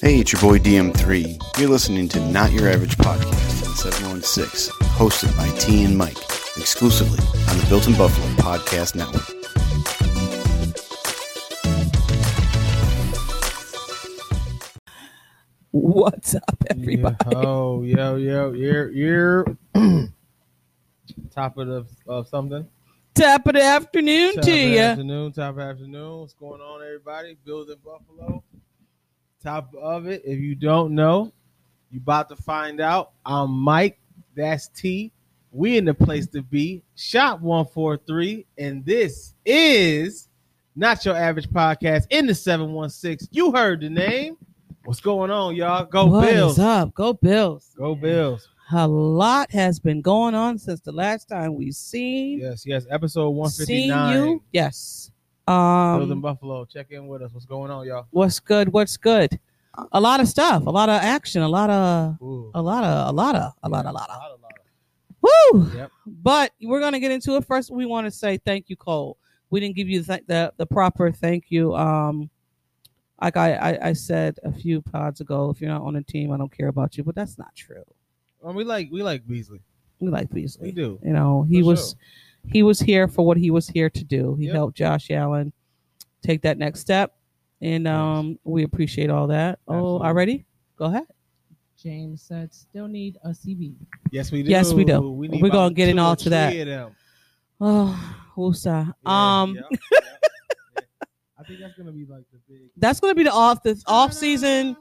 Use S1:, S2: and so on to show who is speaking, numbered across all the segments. S1: Hey, it's your boy DM3. You're listening to Not Your Average Podcast on 716, hosted by T and Mike, exclusively on the Built in Buffalo Podcast Network.
S2: What's up, everybody?
S3: Oh, yo, yo, you're, you're top of the of something.
S2: Top of the afternoon
S3: Top
S2: to
S3: of the
S2: you.
S3: afternoon, top of afternoon. What's going on, everybody? Building Buffalo. Top of it. If you don't know, you about to find out. I'm Mike. That's T. We in the place to be. Shop one four three, and this is not your average podcast in the seven one six. You heard the name. What's going on, y'all? Go
S2: What is
S3: Bills.
S2: up? Go Bills.
S3: Go Bills.
S2: A lot has been going on since the last time we've seen
S3: Yes, yes. Episode one fifty
S2: seen
S3: nine.
S2: you. Yes.
S3: Building
S2: Um,
S3: Buffalo. Check in with us. What's going on, y'all?
S2: what's good? What's good? A lot of stuff. A lot of action. A lot of.
S3: Ooh.
S2: A lot of. A lot of. A lot. A lot of.
S3: Lotta, lotta.
S2: Woo!
S3: Yep.
S2: But we're gonna get into it. First, we want to say thank you, Cole. We didn't give you the, the the proper thank you. Um, like I, I I said a few pods ago, if you're not on the team, I don't care about you. But that's not true.
S3: Um, we like we like Beasley.
S2: We like
S3: We
S2: Beasley.
S3: do.
S2: You know, he
S3: For
S2: was he was here for what he was here to do. He
S3: Yep.
S2: helped Josh Allen take that next step, and um, we appreciate all that. Oh,
S3: Absolutely.
S2: already? Go ahead.
S4: James said, still need a CB.
S3: Yes, we do.
S2: Yes, we do.
S3: need
S2: We're gonna
S3: about
S2: get in
S3: two or
S2: all to that.
S3: three of them.
S2: Oh, Wusa.
S3: Yeah,
S2: um,
S3: yep, yep, yep. I think that's gonna be like the big
S2: that's gonna be the off the off season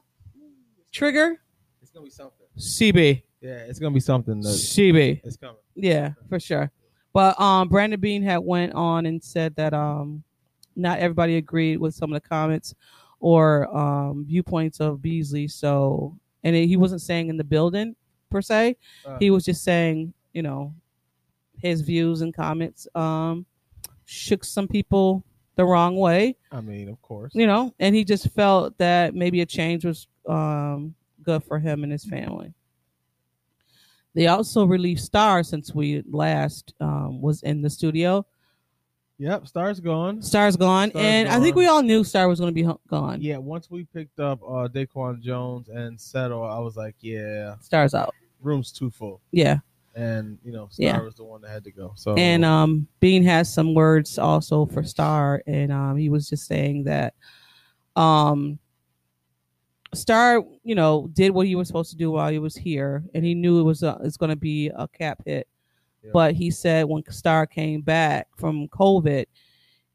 S2: trigger.
S3: It's gonna be something.
S2: CB.
S3: Yeah, it's gonna be something. though.
S2: CB.
S3: It's coming.
S2: Yeah, for sure. But um Brandon Bean had went on and said that um not everybody agreed with some of the comments or um viewpoints of Beasley. So and he wasn't saying in the building per se.
S3: Uh,
S2: He was just saying, you know, his views and comments um shook some people the wrong way,
S3: I mean, of course.
S2: you know, and he just felt that maybe a change was um good for him and his family. They also released Star since we last um, was in the studio.
S3: Yep, stars gone.
S2: Star's gone,
S3: Star's
S2: and I think
S3: gone.
S2: we all knew Star was going to be hu- gone.
S3: Yeah, once we picked up uh Daquan Jones and Settle, I was like, yeah,
S2: Star's out.
S3: room's too full.
S2: Yeah,
S3: And you know, Star
S2: Yeah.
S3: was the one that had to go. So
S2: and um, Bean has some words also for Star, and um, he was just saying that um, Star, you know, did what he was supposed to do while he was here, and he knew it was a, it's going to be a cap hit.
S3: Yeah.
S2: But he said when Star came back from COVID,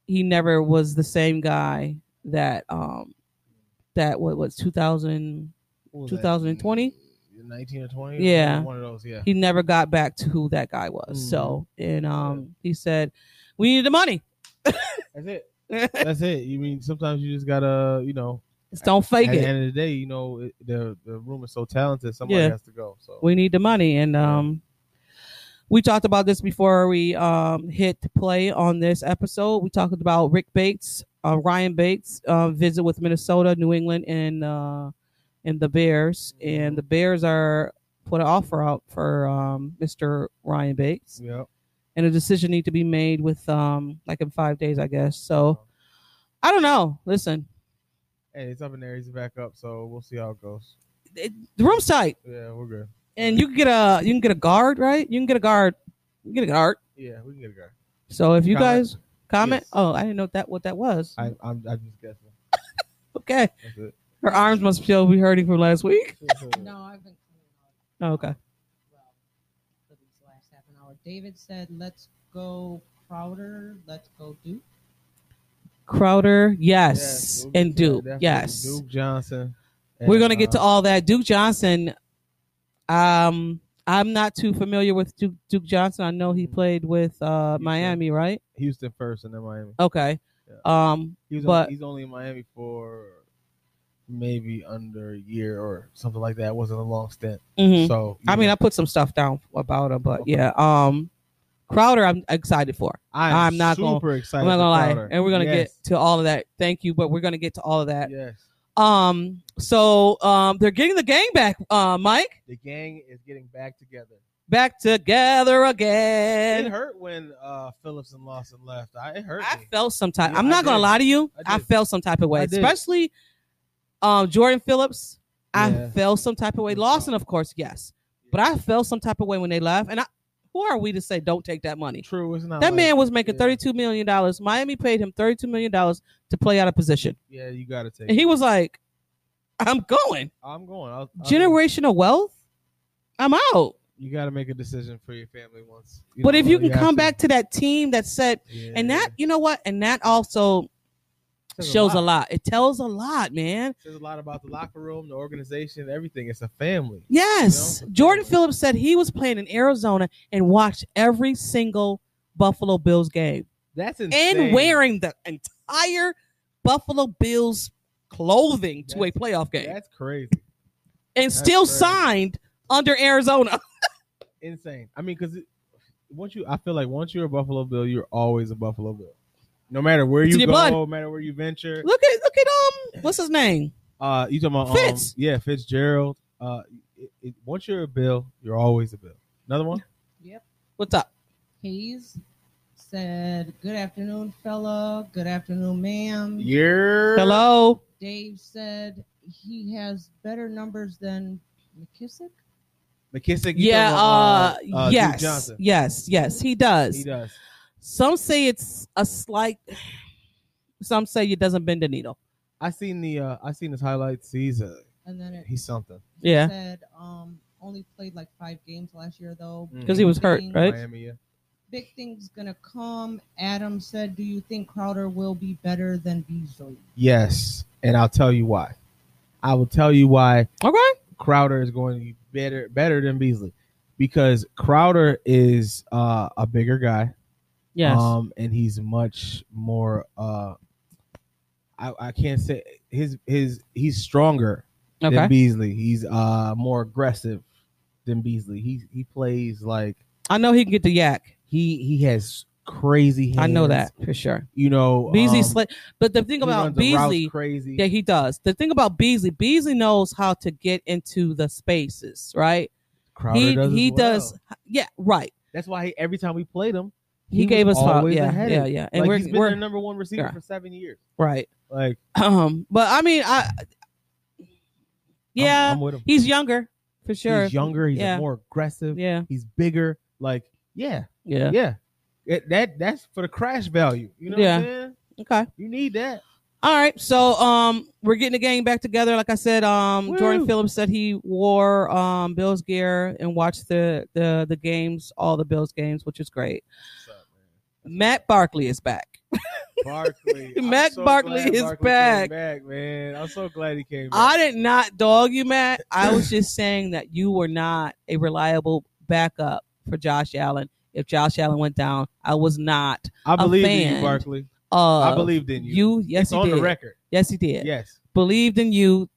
S2: he never was the same guy that um that what was 2000
S3: What was that?
S2: 2020?
S3: 19 or 20
S2: Yeah.
S3: one of those yeah
S2: he never got back to who that guy was. So and um he said we needed the money.
S3: that's it that's it you mean sometimes you just gotta you know
S2: Just don't fake
S3: at the
S2: it.
S3: end of the day you know it, the the room is so talented somebody
S2: Yeah.
S3: has to go so
S2: We need the money. And um we talked about this before we um hit play on this episode. We talked about Rick Bates, uh, Ryan Bates uh, visit with Minnesota, New England, and uh and the Bears. And the Bears are put an offer out for um Mr. Ryan Bates.
S3: yeah
S2: and a decision need to be made with um like in five days, I guess. So I don't know. Listen,
S3: hey it's up in there he's back up so we'll see how it goes
S2: it, the room's tight,
S3: yeah we're good
S2: and you can get a you can get a guard, right? You can get a guard. You can get a guard.
S3: yeah we can get a guy
S2: So if you
S3: Comment.
S2: guys comment,
S3: Yes.
S2: oh, I didn't know that what that was.
S3: I, I'm, I'm just guessing
S2: okay,
S3: that's it
S2: her arms must still be hurting from last week.
S4: No, I've been cleaning up.
S2: Oh, okay.
S4: Well, for these last half an hour. David said, let's go Crowder. Let's go Duke.
S2: Crowder,
S3: Yes,
S2: yes,
S3: we'll get
S2: and
S3: to that
S2: Duke,
S3: definitely.
S2: yes.
S3: Duke Johnson
S2: We're
S3: and,
S2: gonna get to
S3: uh,
S2: all that. Duke Johnson. Um, I'm not too familiar with Duke, Duke Johnson. I know he
S3: Mm-hmm.
S2: played with uh,
S3: Houston.
S2: Miami, right?
S3: Houston first and then Miami
S2: Okay. Um,
S3: He was
S2: But-
S3: only, he's only in Miami for maybe under a year or something like that. It wasn't a long stint.
S2: mhm.
S3: So
S2: I mean, I put some stuff down about him, but yeah. Um, Crowder, I'm excited for. I'm not gonna-
S3: super
S2: I'm
S3: excited.
S2: not gonna
S3: for
S2: lie,
S3: Crowder.
S2: and we're gonna
S3: yes.
S2: get to all of that. Thank you, but we're gonna get to all of that.
S3: Yes,
S2: Um, so um, they're getting the gang back. Uh, Mike
S3: the gang is getting back together.
S2: back together
S3: it
S2: again.
S3: hurt when uh, Phillips and Lawson left. I, it hurt.
S2: I
S3: me.
S2: felt some type.
S3: Yeah,
S2: I'm
S3: I
S2: not gonna
S3: did.
S2: lie to you.
S3: I
S2: I,
S3: did.
S2: felt some type of way,
S3: I did.
S2: especially Um, Jordan Phillips, I
S3: Yeah.
S2: felt some type of way. Lawson, of course, yes, but I felt some type of way when they left. And I, who are we to say don't take that money?
S3: True, it's not
S2: That
S3: like-
S2: man was making
S3: yeah.
S2: thirty-two million dollars. Miami paid him thirty-two million dollars to play out of position,
S3: Yeah, you gotta take.
S2: and he was like, "I'm going."
S3: I'm going. I'll, I'll-
S2: Generational wealth. I'm out.
S3: You gotta make a decision for your family once.
S2: But if
S3: know,
S2: you can
S3: have
S2: come
S3: to.
S2: back to that team that said,
S3: Yeah.
S2: and that you know what, and that also
S3: Says
S2: shows a lot. It tells a lot, man.
S3: Says a lot about the locker room, the organization, everything. It's a family.
S2: Yes.
S3: You know?
S2: Jordan Phillips said he was playing in Arizona and watched every single Buffalo Bills game
S3: That's insane.
S2: and wearing the entire Buffalo Bills clothing to a
S3: That's-
S2: playoff game
S3: That's crazy.
S2: and still
S3: crazy.
S2: signed under Arizona.
S3: Insane. I mean, because once you, I feel like once you're a Buffalo Bill, you're always a Buffalo Bill. No matter where
S2: It's in your
S3: you go,
S2: blood.
S3: no matter where you venture.
S2: Look at look at um what's his name?
S3: Uh, you talking about um,
S2: Fitz.
S3: Yeah, Fitzgerald. Uh, it, it, once you're a Bill, you're always a Bill. Another one.
S2: What's up?
S4: Hayes said, Good afternoon, fella. Good afternoon, ma'am.
S3: You're
S2: Hello.
S4: Dave said he has better numbers than McKissick.
S3: McKissick. You
S2: Yeah, uh,
S3: talking about, uh, Duke
S2: yes.
S3: Johnson.
S2: Yes, yes, he does.
S3: He does.
S2: Some say it's a slight some say it doesn't bend the needle.
S3: I seen the. Uh, I seen his highlights. He's a.
S4: And then it
S3: He's something.
S2: Yeah.
S4: said um, only played like five games last year, though.
S3: Mm.
S2: Because Mm-hmm. he was hurt,
S4: Miami.
S2: right?
S3: Miami. Yeah.
S4: Big things gonna come. Adam said, Do you think Crowder will be better than Beasley?
S3: Yes, and I'll tell you why. I will tell you why
S2: Okay.
S3: Crowder is going to be better better than Beasley because Crowder is uh, a bigger guy.
S2: Yes.
S3: Um, and he's much more. Uh, I, I can't say his his he's stronger than
S2: okay.
S3: Beasley. He's uh more aggressive than Beasley. He he plays like
S2: I know he can get the yak.
S3: he he has crazy. Hands,
S2: I know that for sure.
S3: You know
S2: Beasley
S3: um,
S2: sla but the thing
S3: he
S2: about
S3: runs the routes
S2: Beasley
S3: crazy.
S2: that he does, the thing about Beasley, Beasley knows how to get into the spaces, right?
S3: Crowder
S2: he
S3: does. as
S2: he
S3: well.
S2: does, yeah, right.
S3: That's why he, every time we played him,
S2: He, gave
S3: was
S2: us five,
S3: always
S2: yeah,
S3: ahead.
S2: yeah, yeah, and
S3: like, he's
S2: we're
S3: been
S2: we're
S3: their number one receiver
S2: Yeah.
S3: for seven years.
S2: right.
S3: Like,
S2: Um, but I mean, I
S3: I'm-
S2: yeah,
S3: I'm, with him.
S2: he's younger for sure.
S3: He's younger. He's
S2: Yeah.
S3: more aggressive.
S2: Yeah,
S3: He's bigger. Like, yeah,
S2: yeah,
S3: yeah. It- that that's for the crash value. You know
S2: Yeah.
S3: what I'm saying?
S2: Okay.
S3: You need that.
S2: All right, so um, we're getting the gang back together. Like I said, um, Jordan
S3: Woo.
S2: Phillips said he wore um Bills gear and watched the the the games, all the Bills games, which is great. Matt Barkley is back.
S3: Barkley. I'm
S2: Matt
S3: so
S2: Barkley
S3: glad
S2: is
S3: Barkley
S2: back.
S3: Came back, man. I'm so glad he came back.
S2: I did not dog you, Matt. I was just saying that you were not a reliable backup for Josh Allen. If Josh Allen went down, I was not.
S3: I believed in
S2: fan.
S3: you, Barkley.
S2: Uh,
S3: I believed in you.
S2: you. Yes,
S3: it's
S2: he
S3: on
S2: did.
S3: the record.
S2: Yes, he did.
S3: Yes.
S2: Believed in you.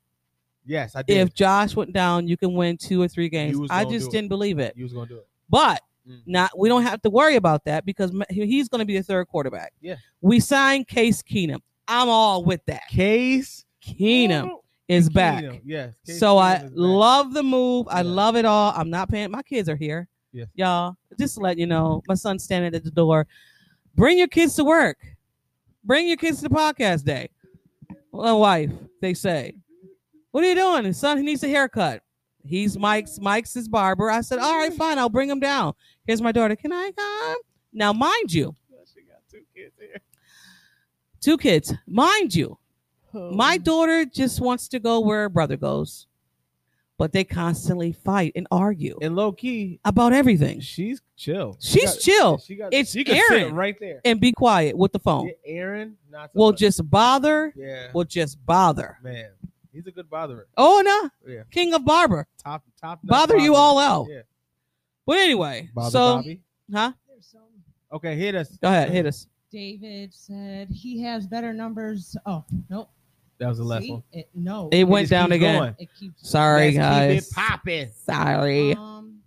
S3: Yes, I did.
S2: If Josh went down, you can win two or three games.
S3: was
S2: I
S3: gonna
S2: just
S3: do it.
S2: didn't believe it.
S3: you was gonna do it.
S2: But
S3: Mm.
S2: not we don't have to worry about that because Ma- he- he's going to be the third quarterback.
S3: Yeah.
S2: We signed Case Keenum. I'm all with that.
S3: Case
S2: Keenum is back.
S3: Keenum, Yes. Case
S2: So I
S3: Keenum is back.
S2: love the move. I
S3: Yeah.
S2: love it all. I'm not paying. My kids are here.
S3: Yes.
S2: Y'all, just to let you know, my son's standing at the door. Bring your kids to work. Bring your kids to the podcast day. My wife, they say, What are you doing? His son, he needs a haircut. He's Mike's. Mike's his barber. I said, All right, fine. I'll bring him down. Here's my daughter. Can I come? Now, mind you,
S3: She got two kids here.
S2: two kids, mind you, My daughter just wants to go where her brother goes, but they constantly fight and argue
S3: and low key,
S2: about everything.
S3: she's chill.
S2: She's chill.
S3: She got,
S2: It's
S3: she could sit
S2: Aaron.
S3: right there.
S2: And be quiet with the phone.
S3: Yeah, Aaron, not so
S2: Will
S3: much.
S2: just bother.
S3: yeah,
S2: Will just bother.
S3: man, he's a good botherer.
S2: Oh no,
S3: Yeah,
S2: king of barber.
S3: top top. notch
S2: Bother you
S3: botherer.
S2: all out.
S3: Yeah,
S2: But anyway,
S3: bother
S2: so
S3: Bobby.
S2: huh?
S4: There's some.
S3: Okay, hit us.
S2: Go ahead, hit us.
S4: David said he has better numbers. Oh, nope.
S3: That was the last
S4: See?
S3: one.
S4: It, no.
S2: It went
S3: just
S2: down
S3: keeps
S2: again.
S3: going.
S4: It keeps.
S2: Sorry
S3: Let's
S2: guys.
S3: keep it popping.
S2: Sorry.
S4: Um,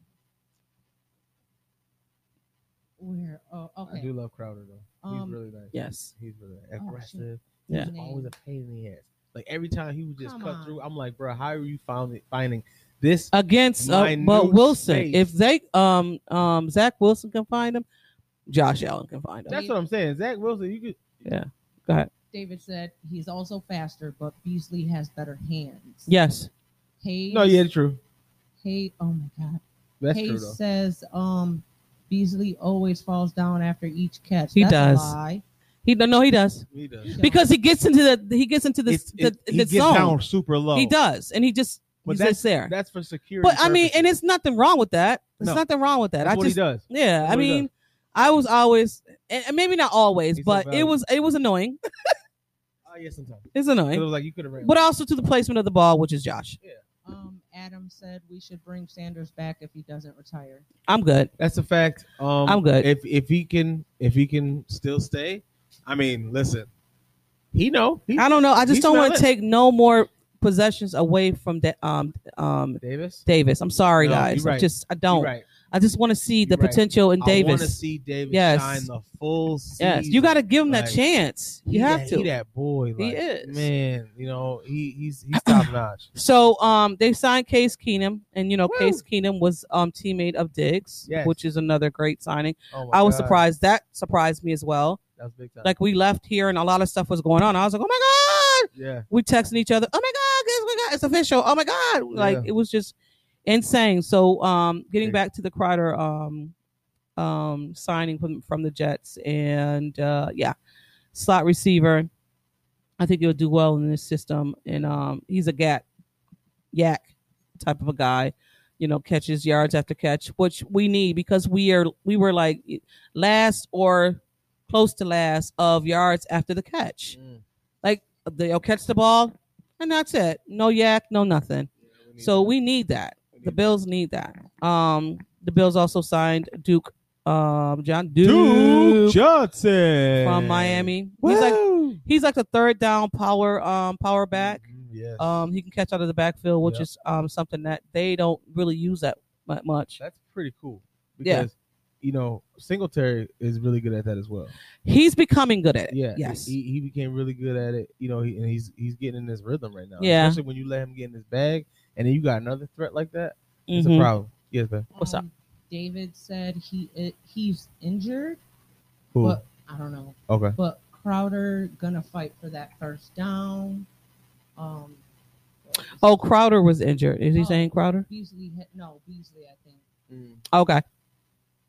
S4: where? Oh,
S3: I
S4: okay.
S3: do love Crowder though. He's
S4: Um, Oh,
S3: really nice.
S2: yes.
S3: he's really
S4: shit.
S3: aggressive.
S2: Yeah.
S3: He's always a pain in the ass. Like every time he would just
S4: Come
S3: cut
S4: on.
S3: through, I'm like, bro, how are you found finding this?
S2: Against uh,
S3: Minute
S2: but Wilson.
S3: space.
S2: If they um um Zach Wilson can find him, Josh Allen can find him.
S3: That's what I'm saying. Zach Wilson, you could.
S2: Go ahead.
S4: David said he's also faster, but Beasley has better hands.
S2: Yes.
S4: Hayes,
S3: No, yeah, true.
S4: Hayes, oh my God.
S3: That's true
S4: Hayes
S3: though.
S4: says um, Beasley always falls down after each catch.
S2: He
S4: That's
S2: does.
S4: A lie.
S2: He no, he does
S3: He does.
S2: because he gets into the he gets into the
S3: It's-
S2: the,
S3: it- he
S2: the
S3: gets
S2: zone.
S3: down super low.
S2: He does, and he just
S3: But
S2: he's
S3: that's
S2: just there.
S3: That's for security.
S2: But I mean, and it's nothing wrong with that. It's
S3: No.
S2: nothing wrong with that.
S3: that's
S2: I
S3: what
S2: just
S3: he does.
S2: yeah.
S3: That's
S2: I
S3: what he
S2: mean, I was always and and maybe not always,
S3: He's so
S2: but it
S3: valuable.
S2: was it was annoying.
S3: Oh yeah, sometimes.
S2: It's
S3: It
S2: annoying,
S3: was like you could have ran.
S2: but also to the placement of the ball, which is Josh.
S4: Um, Adam said we should bring Sanders back if he doesn't retire.
S2: I'm good.
S3: That's a fact. Um,
S2: I'm good.
S3: If if he can if he can still stay, I mean, listen, he know he,
S2: I don't know. I just
S3: He's
S2: don't want
S3: not
S2: to
S3: it.
S2: take no more possessions away from da- um um
S3: Davis.
S2: Davis. I'm sorry,
S3: No,
S2: guys.
S3: you're
S2: I
S3: right.
S2: just I
S3: You're
S2: don't.
S3: right.
S2: I just want to see the
S3: You're right.
S2: potential in
S3: I want to
S2: Davis.
S3: see Davis
S2: Yes.
S3: shine the full. Season.
S2: Yes, you got to give him that
S3: Like,
S2: chance.
S3: He
S2: You have
S3: that- He
S2: to.
S3: that boy. Like,
S2: He is.
S3: man. You know he he's he's top notch.
S2: So um, they signed Case Keenum, and you know
S3: Woo.
S2: Case Keenum was um teammate of Diggs,
S3: Yes.
S2: which is another great signing.
S3: Oh my
S2: I was
S3: God.
S2: surprised. That surprised me as well.
S3: That was big time.
S2: Like we left here, and a lot of stuff was going on. I was like, oh my god.
S3: yeah,
S2: We texting each other. Oh my god, guess what we got? It's official. Oh my god, like
S3: Yeah.
S2: it was just insane. So um, getting
S3: Big.
S2: back to the Crowder um um signing from from the Jets, and uh yeah, slot receiver. I think he'll do well in this system. And um, he's a gat, yak type of a guy. You know, catches yards after catch, which we need because we are we were like last or close to last of yards after the catch.
S3: Mm.
S2: Like they'll catch the ball, and that's it. No yak, no nothing.
S3: Mm. Yeah, we need
S2: so
S3: that.
S2: we need that.
S3: We need
S2: The
S3: that.
S2: Bills need that. Um, the Bills also signed Duke, um, John
S3: Duke
S2: Duke,
S3: Johnson
S2: from Miami. He's like
S3: Woo!
S2: he's like the third down power um power back.
S3: Mhm, Yes.
S2: Um, he can catch out of the backfield, which
S3: Yep.
S2: is um something that they don't really use that mu- much.
S3: That's pretty cool
S2: Yeah.
S3: because you know Singletary is really good at that as well.
S2: He's becoming good at it.
S3: Yeah,
S2: Yes.
S3: he, he became really good at it. You know, he, and he's he's getting in this rhythm right now.
S2: Yeah.
S3: especially when you let him get in his bag, and then you got another threat like that. It's
S2: Mhm.
S3: a problem. Yes, man.
S2: What's up?
S4: Um, David said he it, he's injured.
S3: Cool.
S4: But I don't know.
S3: okay.
S4: But Crowder gonna fight for that first down. Um. what was
S2: Oh,
S4: it?
S2: Crowder was injured. Is he
S4: Oh.
S2: saying Crowder?
S4: Beasley. ha- No, Beasley. I think
S2: Okay.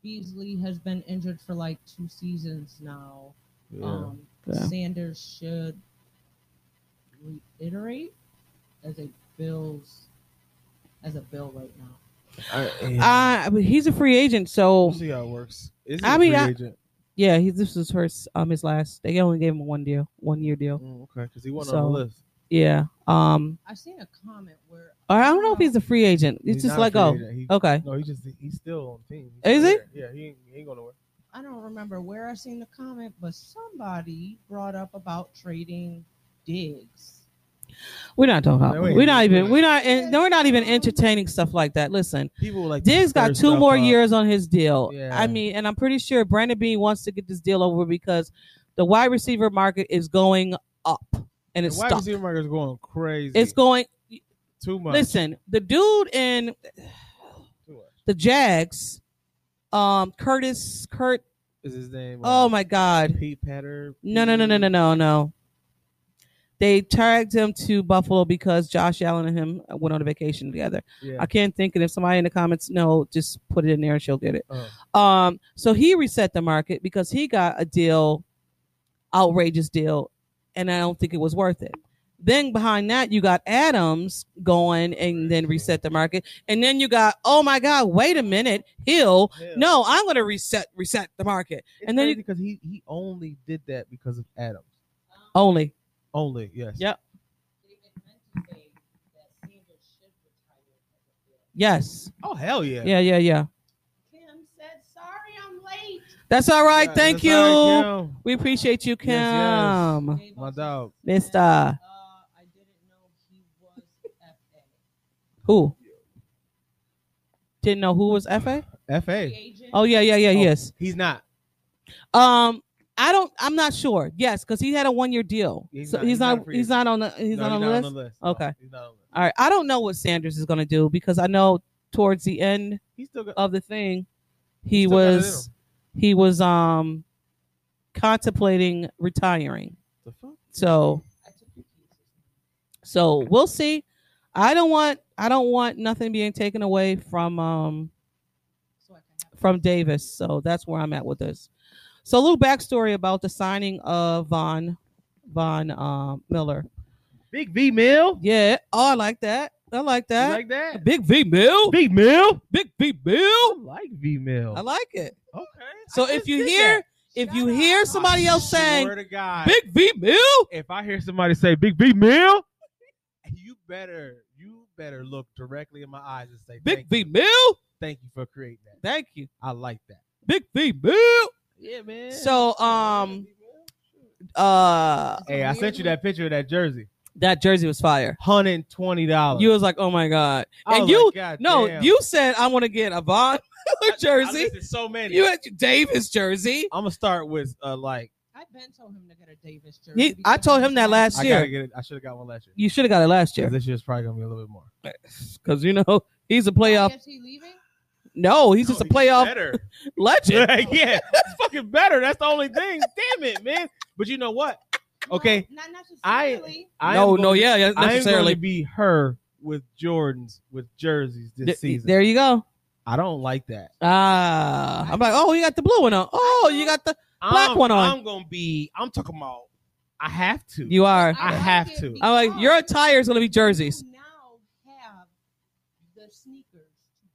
S4: Beasley has been injured for like two seasons now.
S3: Yeah.
S4: Um,
S2: Yeah.
S4: Sanders should reiterate as a Bills as a Bill right now.
S3: I,
S2: Uh, but he's a free agent,
S3: we'll
S2: so
S3: see how it works. Is
S2: I
S3: I
S2: mean,
S3: free
S2: I-
S3: agent?
S2: yeah, he, this is first um his last. They only gave him a one deal, one year deal.
S3: Mm, okay, because he wasn't
S2: So-
S3: on the list.
S2: Yeah. Um,
S4: I seen a comment where
S2: I don't know if he's a free agent. It's
S3: He's
S2: just
S3: not a
S2: let
S3: free
S2: go.
S3: agent. He-
S2: Okay.
S3: No, he just he's still on the team.
S2: Is he?
S3: he? Yeah, he ain't, he ain't going nowhere.
S4: I don't remember where I seen the comment, but somebody brought up about trading digs.
S2: We're not talking about.
S3: No, wait.
S2: We're not even. We're not. en- no, we're not even entertaining stuff like that. Listen,
S3: People were like
S2: Diggs got
S3: stir
S2: two
S3: stuff
S2: more
S3: up.
S2: years on his deal.
S3: Yeah.
S2: I mean, and I'm pretty sure Brandon Bean wants to get this deal over because the wide receiver market is going up and
S3: The
S2: it's
S3: wide
S2: stuck.
S3: receiver market is going crazy.
S2: It's going.
S3: too much.
S2: Listen, the dude in
S3: Too much.
S2: the Jags, um, Curtis Kurt.
S3: Is his name?
S2: Oh
S3: uh,
S2: my God!
S3: Pete Patter.
S2: No, no, no, no, no,
S3: Mm.
S2: no, no. They tagged him to Buffalo because Josh Allen and him went on a vacation together.
S3: Yeah.
S2: I can't think, and if somebody in the comments know, just put it in there and she'll get it.
S3: Uh,
S2: Um, so he reset the market because he got a deal, outrageous deal, and I don't think it was worth it. Then behind that, you got Adams going and then reset the market, and then you got oh my God, wait a minute, Hill.
S3: hell.
S2: No, I'm gonna reset reset the market
S3: It's
S2: and then you-
S3: crazy because he he only did that because of Adams.
S2: only.
S3: Only yes.
S2: Yep.
S4: David meant to say that Sanders should retire as a Bill.
S2: Yes,
S3: Oh hell yeah.
S2: yeah, yeah, yeah.
S4: Kim said, "Sorry, I'm late."
S2: That's all right.
S3: Yeah,
S2: Thank
S3: that's
S2: you.
S3: all right, Kim.
S2: We appreciate you, Kim.
S3: yes.
S4: Dave
S3: My dog.
S4: also said,
S2: Um, Mister.
S4: Uh, I didn't know he was FA.
S2: Who? Didn't know who was FA.
S3: Fa.
S4: Free agent.
S2: Oh yeah, yeah, yeah,
S3: Oh.
S2: yes.
S3: He's not.
S2: Um, I don't. I'm not sure. Yes, because he had a one year deal.
S3: He's
S2: so
S3: not-
S2: he's
S3: he's not
S2: not.
S3: a free
S2: He's not on. The, he's
S3: No,
S2: not on the
S3: not
S2: list.
S3: on the list.
S2: Okay.
S3: No, he's not on the list.
S2: All right. I don't know what Sanders is going to do because I know towards the end
S3: He's still got.
S2: of the thing, he
S3: Still got it in
S2: was he was um contemplating retiring.
S3: the fuck?
S2: So
S4: I took your keys.
S2: so we'll see. I don't want I don't want nothing being taken away from um
S4: So I can have
S2: from Davis. So that's where I'm at with this. So a little backstory about the signing of Von Von um, Miller.
S3: Big V Mill.
S2: Yeah. Oh, I like that. I like
S3: You
S2: that.
S3: like that?
S2: Big V Mill.
S3: Big Mill.
S2: Big V
S3: I
S2: Mill.
S3: like V Mill.
S2: I like it.
S3: okay.
S2: So
S3: I
S2: if
S3: just
S2: you
S3: did
S2: hear
S3: that.
S2: if
S4: Shut
S2: you
S4: up.
S2: hear somebody
S3: I
S2: else saying
S3: swear to God,
S2: Big V Mill,
S3: if I hear somebody say Big V Mill, you better you better look directly in my eyes and say
S2: Big
S3: thank
S2: V
S3: you.
S2: Mill.
S3: Thank you for creating that.
S2: Thank you.
S3: I like that.
S2: Big V Mill.
S3: Yeah, man.
S2: So um uh
S4: it.
S3: Hey, I sent you that picture of that jersey.
S2: that jersey was fire.
S3: Hundred and twenty dollars.
S2: You was like, oh my god. And you no, you said I want to get a Von Miller jersey.
S3: so many.
S2: You had Davis jersey.
S3: I'm gonna start with uh, like
S4: I've been told him to get a Davis jersey.
S2: He- I
S4: because
S2: told
S4: he's
S2: him that
S4: like-
S2: last
S3: I
S2: year.
S3: gotta get it. I should have got one last year.
S2: You should have got it last year
S3: This year's probably gonna be a little bit more.
S2: because you know he's a
S4: Oh,
S2: playoff.
S4: is he leaving?
S2: No, he's just a playoff
S3: Oh, Better.
S2: legend.
S3: yeah, it's fucking better. That's the only thing. Damn it, man. But you know what? Okay.
S4: No, not necessarily.
S3: I- I am
S2: no, no,
S3: going-
S2: yeah, yeah,
S3: I'm going
S2: necessarily.
S3: to be her with Jordans with jerseys this
S2: Th-
S3: season.
S2: There you go.
S3: I don't like that.
S2: Ah, I'm like, oh, you got the blue one on. Oh, you got the. Black
S3: I'm,
S2: one on.
S3: I'm gonna be. I'm talking about. I have to.
S2: You are.
S3: I have to.
S2: I'm like, your attire is gonna be jerseys.
S4: You now have the sneakers.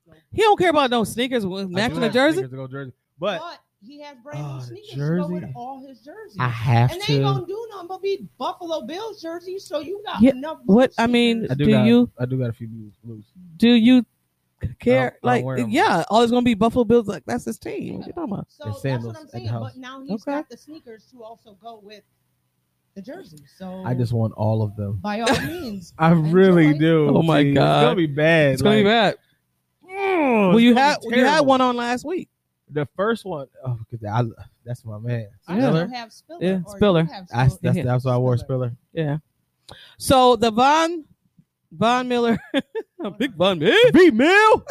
S4: To go
S2: He don't care about no sneakers with
S3: I
S2: matching
S3: do
S2: the
S3: have
S2: jersey.
S3: sneakers to go jersey.
S4: but,
S3: But
S4: he has brand new
S3: Oh, the
S4: sneakers to go with
S3: jersey.
S4: all his jerseys.
S3: I have
S4: and they ain't
S3: to.
S4: gonna do nothing but be Buffalo Bills jerseys. So you got
S2: Yeah,
S4: enough. blue
S2: what- I mean-
S3: I
S4: sneakers.
S3: do,
S2: Do
S3: got,
S2: you-
S3: I do got a few blues. blues.
S2: Do you care?
S3: I don't- I don't
S2: like,
S3: wear 'em.
S2: yeah, all it's gonna be Buffalo Bills. Like that's his team. What you talking about?
S4: so
S3: And
S4: that's
S3: sandals
S4: what
S3: at
S4: I'm
S3: the
S4: saying.
S3: house.
S4: But now he's
S2: Okay.
S4: got the sneakers to also go with the jerseys. So
S3: I just want all of them.
S4: by all means,
S3: I really do.
S2: Oh my
S3: Gee,
S2: God.
S3: it's gonna be bad.
S2: It's gonna be
S3: Like,
S2: bad.
S3: mm,
S2: Well,
S3: it's
S2: you
S3: gonna
S2: had
S3: be
S2: you had
S3: terrible.
S2: one on last week.
S3: The first one, oh, 'cause I, that's my man.
S4: I
S2: Yeah.
S4: don't have Spiller.
S2: Yeah,
S4: or you
S2: Spiller.
S4: have
S3: I,
S4: Spiller.
S3: that's, that's why I wore Spiller.
S2: Yeah. So the Von Von Miller, big Von Miller.
S3: B Mill.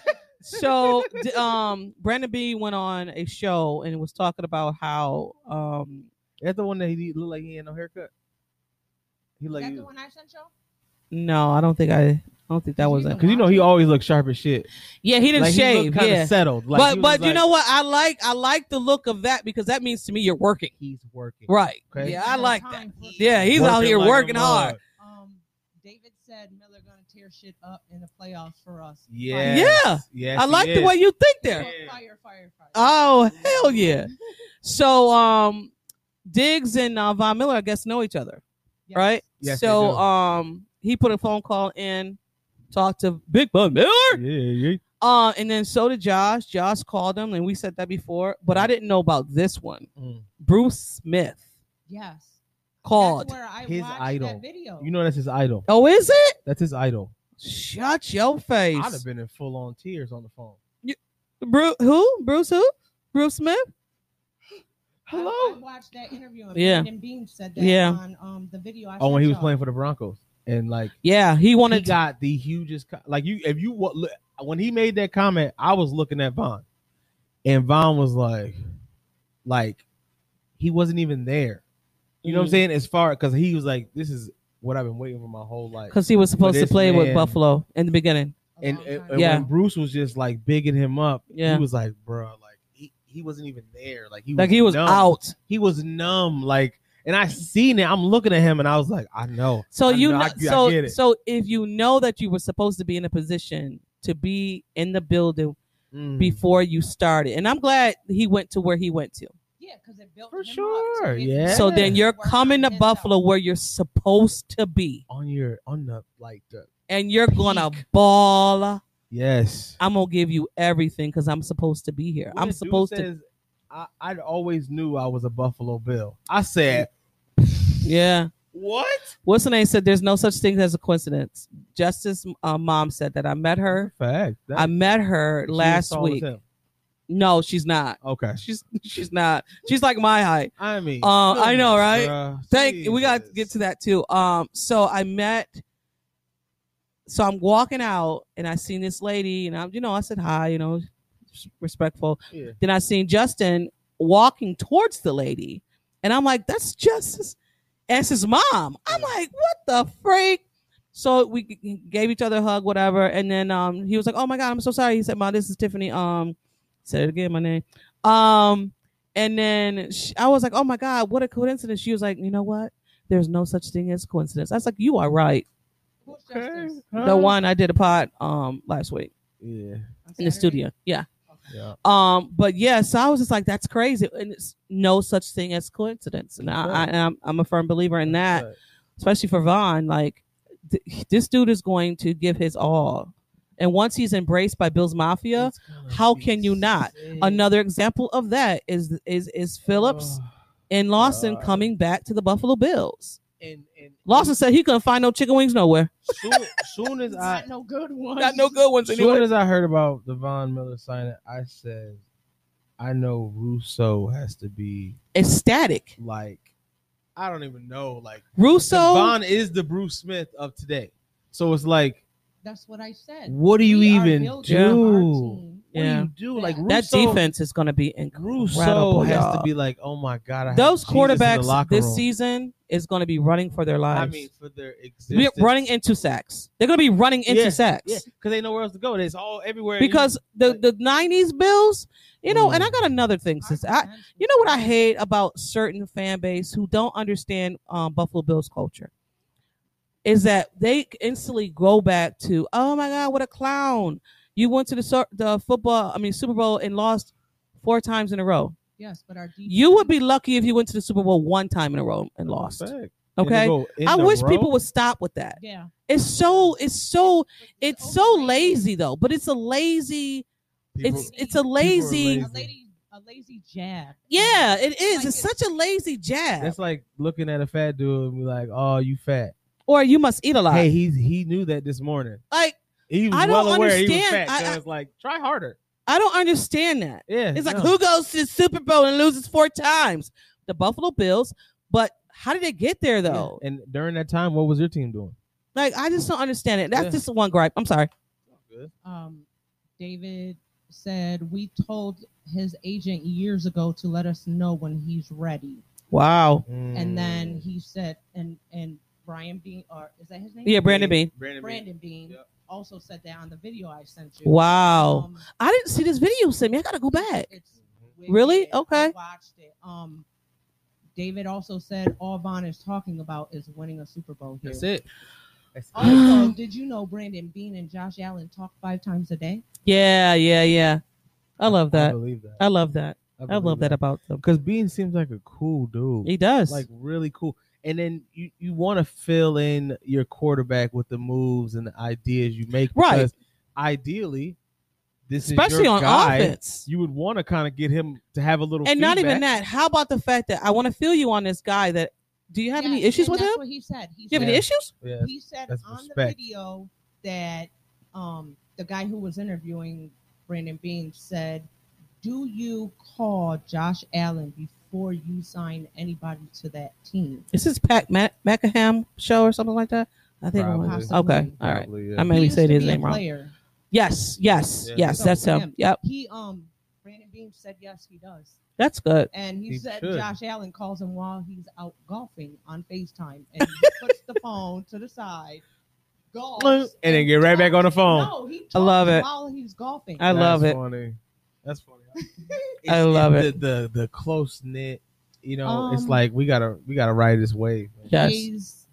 S2: So d- um, Brandon B went on a show and was talking about how um,
S3: That's the one that he looked like he had no haircut. He
S4: Is
S3: like
S4: that
S3: he-
S4: the one I sent you?
S2: no, I don't think I, I don't think that was it.
S3: Cause you know he always looked sharp as shit.
S2: Yeah, he didn't
S3: like,
S2: shave.
S3: kind of
S2: yeah,
S3: settled. Like,
S2: but
S3: he was
S2: but you
S3: like,
S2: know what? I like I like the look of that because that means to me you're working.
S3: he's working.
S2: Right.
S3: Okay.
S2: Yeah, I like that.
S4: Time for-
S2: Yeah, he's out here
S3: like a
S2: working hard.
S3: mug.
S4: Um, David said Miller gonna tear shit up in the playoffs for us.
S3: Yeah.
S2: Yeah.
S3: Yes,
S2: I
S3: he
S2: like the
S3: is.
S2: way you think there.
S4: Fire,
S3: Yeah.
S4: fire, fire, fire.
S2: Oh hell yeah! So um, Diggs and uh, Von Miller, I guess, know each other,
S4: Yes.
S2: right?
S3: Yes, they
S2: so
S3: do.
S2: um, he put a phone call in, talked to Big Von Miller,
S3: Yeah, yeah.
S2: uh, and then so did Josh. Josh called him, and we said that before, but I didn't know about this one.
S3: Mm.
S2: Bruce Smith
S4: Yes.
S2: called.
S4: That's where I
S3: His
S4: watched
S3: idol.
S4: That video.
S3: You know that's his idol.
S2: Oh, is it?
S3: That's his idol.
S2: Shut your face,
S3: I'd have been in full on tears on the phone.
S2: Bruce. Who? Bruce? Who? Bruce Smith?
S4: I- I,
S3: Hello.
S4: watched that interview. And
S2: Yeah.
S4: yeah. Brandon Bean said that
S2: Yeah.
S4: on um, the video. I
S3: Oh, when
S4: sent
S3: he was
S4: y'all.
S3: playing for the Broncos, and like
S2: Yeah, he
S3: he
S2: wanted. to
S3: got the hugest co- like you if you wa- look when he made that comment, I was looking at Von, and Von was like, like he wasn't even there. You
S2: Mm-hmm.
S3: know what I'm saying? As far because he was like, this is what I've been waiting for my whole life.
S2: because he was supposed to
S3: this
S2: play with
S3: man-
S2: Buffalo in the beginning.
S4: A
S3: And,
S4: long
S3: and,
S4: time
S3: and
S2: Yeah.
S4: ago.
S3: when Bruce was just like bigging him up,
S2: Yeah.
S3: he was like, bro, like he, he wasn't even there. Like he was
S2: Like he was
S3: numb.
S2: out.
S3: He was numb. Like, and I seen it. I'm looking at him, and I was like, I know.
S2: So
S3: I
S2: you
S3: know,
S2: know,
S3: I- I
S2: so
S3: get it.
S2: so if you know that you were supposed to be in a position to be in the building
S3: Mm.
S2: before you started, and I'm glad he went to where he went to.
S4: Yeah, because it built
S3: For
S4: him up to
S3: sure,
S4: get-
S3: yeah.
S2: So then you're
S4: Work on
S2: coming to
S4: himself.
S2: Buffalo where you're supposed to be,
S3: on your on the like the
S2: and you're gonna ball.
S3: yes.
S2: I'm gonna give you everything because I'm supposed to be here.
S3: When
S2: I'm
S3: this dude
S2: supposed to.
S3: says, I, I always knew I was a Buffalo Bill. I said,
S2: Yeah.
S3: what?
S2: What's her name said? There's no such thing as a coincidence. Justice uh, mom said that I met her.
S3: Fact. That-
S2: I met her
S3: she was
S2: last
S3: tall as
S2: week.
S3: hell.
S2: No, she's not.
S3: Okay.
S2: She's she's not. She's like my height.
S3: I mean,
S2: Uh, I know, right?
S3: bruh.
S2: Thank we got to get
S3: Jesus.
S2: to that too. Um, so I met. So I'm walking out and I seen this lady and I'm you know I said hi you know respectful.
S3: Yeah.
S2: Then I seen Justin walking towards the lady and I'm like that's Justice. That's his mom. I'm like, what the freak? So we g- gave each other a hug, whatever. And then um, he was like, oh my God, I'm so sorry. He said, Mom, this is Tiffany. Um, said it again, my name. Um, and then sh I was like, oh my God, what a coincidence. She was like, you know what? There's no such thing as coincidence. I was like, you are right.
S4: Who's
S3: Okay.
S4: Justice?
S3: huh?
S2: The one I did a pod um last week
S3: Yeah.
S4: On
S2: in the
S4: Saturday?
S2: studio. Yeah.
S3: Yeah.
S2: Um, but yeah, so I was just like, that's crazy, and it's no such thing as coincidence. And I, I
S3: Right.
S2: I'm, I'm a firm believer in that, especially for Vaughn. Like, th- this dude is going to give his all, and once he's embraced by Bill's Mafia, how can you not? another example of that is is is Phillips and Lawson
S3: God.
S2: coming back to the Buffalo Bills.
S3: and, and
S2: Lawson said he couldn't find no chicken wings nowhere.
S3: Soon, soon as
S4: It's
S3: I
S4: not no good one.
S2: Got no good ones
S3: soon
S2: anyway.
S3: as I heard about Devon Miller signing, I said, I know Russo has to be
S2: Ecstatic.
S3: like, I don't even know, like
S2: Russo.
S3: Devon is the Bruce Smith of today. So it's like,
S4: That's what I said.
S3: what do you
S4: We are
S3: even do?
S4: building our team.
S2: Yeah.
S3: What do you do? Like Russo,
S2: that defense is going to be incredible.
S3: Russo has
S2: y'all.
S3: to be like, oh my god, I have
S2: those
S3: Jesus in the
S2: quarterbacks
S3: locker
S2: this
S3: room."
S2: season is going to be running for their
S3: I
S2: lives.
S3: mean, for their
S2: We're
S3: existence,
S2: running into sacks. They're going to be running into
S3: Yeah,
S2: sacks
S3: yeah, because they know where else to go. It's all everywhere.
S2: because the the '90s Bills, you know.
S3: Mm.
S2: And I got another thing
S4: Our
S2: since I,
S4: defense
S2: you know what I hate about certain fan base who don't understand um, Buffalo Bills culture is that they instantly go back to, oh my God, what a clown! You went to the sur- the football, I mean Super Bowl, and lost four times in a row.
S4: Yes, but our defense,
S2: You would be lucky if you went to the Super Bowl one time in a row and lost. Okay. I wish people would stop with that.
S4: Yeah.
S2: It's so it's so it's, so
S4: overrated.
S2: lazy though, but it's a lazy it's it's a lazy
S3: lazy.
S4: A lady, a lazy jab.
S2: yeah, it is.
S4: Like
S2: it's such a lazy jab.
S3: That's like looking at a fat dude and be like, "Oh, you fat."
S2: or you must eat a lot.
S3: Hey, he he knew that this morning.
S2: Like
S3: He was
S2: Uh, I don't
S3: well aware he was
S2: understand.
S3: fat.
S2: I- I-
S3: so it's like try harder.
S2: I don't understand that.
S3: Yeah,
S2: It's like
S3: no.
S2: who goes to the Super Bowl and loses four times? The Buffalo Bills. But how did they get there
S3: Yeah.
S2: though?
S3: And during that time, what was your team doing?
S2: Like I just don't understand it. That's
S3: Yeah.
S2: just the one gripe. I'm sorry.
S4: Um, David said we told his agent years ago to let us know when he's ready,
S2: Wow.
S3: Mm.
S4: and then he said, and and Brian Bean, or is that his name?
S2: Yeah, Brandon Bean.
S3: Brandon,
S4: Brandon Bean
S3: Yep.
S4: also said that on the video I sent you.
S2: Wow.
S4: Um,
S2: I didn't see this video, Sammy. I gotta go back.
S4: It's
S2: Really?
S4: wicked. I
S2: Okay.
S4: watched it. Um, David also said all Von is talking about is winning a Super Bowl here.
S3: That's it. That's it.
S4: Also, did you know Brandon Bean and Josh Allen talk five times a day?
S2: Yeah, yeah, yeah. I love
S3: I
S2: that.
S3: believe that.
S2: I love that. I
S3: believe
S2: love that about them.
S3: Because Bean seems like a cool dude.
S2: He does.
S3: like really cool. And then you, you want to fill in your quarterback with the moves and the ideas you make.
S2: Right.
S3: Because ideally, this is
S2: Especially
S3: your
S2: on
S3: guy.
S2: offense.
S3: You would want to kind of get him to have a little
S2: And not even
S3: feedback.
S2: that. How about the fact that I want to feel you on this guy that do you have any issues with him?
S4: that's
S2: Do
S4: What he said. He
S2: you have
S4: said,
S2: any issues?
S3: Yeah.
S4: he said
S3: that's
S4: on the
S3: respect.
S4: video that um, the guy who was interviewing Brandon Bean said, "Do you call Josh Allen before you sign anybody to that team?"
S2: Is this Pat Mac- Macaham show or something like that? I think it
S3: Probably.
S2: was. Okay. All right.
S3: Probably, yeah.
S2: I maybe
S4: He used
S2: said
S4: to
S2: his
S4: be a
S2: name wrong.
S4: player.
S2: Yes, yes,
S3: Yeah.
S2: yes.
S4: So
S2: That's
S4: for
S2: him.
S4: him.
S2: Yep,
S4: He um, Brandon Bean said, "Yes, he does."
S2: that's good.
S4: And he,
S3: He
S4: said
S3: should.
S4: Josh Allen calls him while he's out golfing on FaceTime and he puts the phone to the side, golfs,
S3: And then get right back on the phone.
S4: No, he
S2: I love
S4: talks
S2: it.
S4: While he's golfing.
S2: I love
S3: That's
S2: it.
S3: Funny. That's funny.
S2: I love
S3: the,
S2: it.
S3: The the close knit. You know, it's
S4: Um,
S3: like we gotta we gotta ride this wave. man.
S2: Yes.
S4: Hayes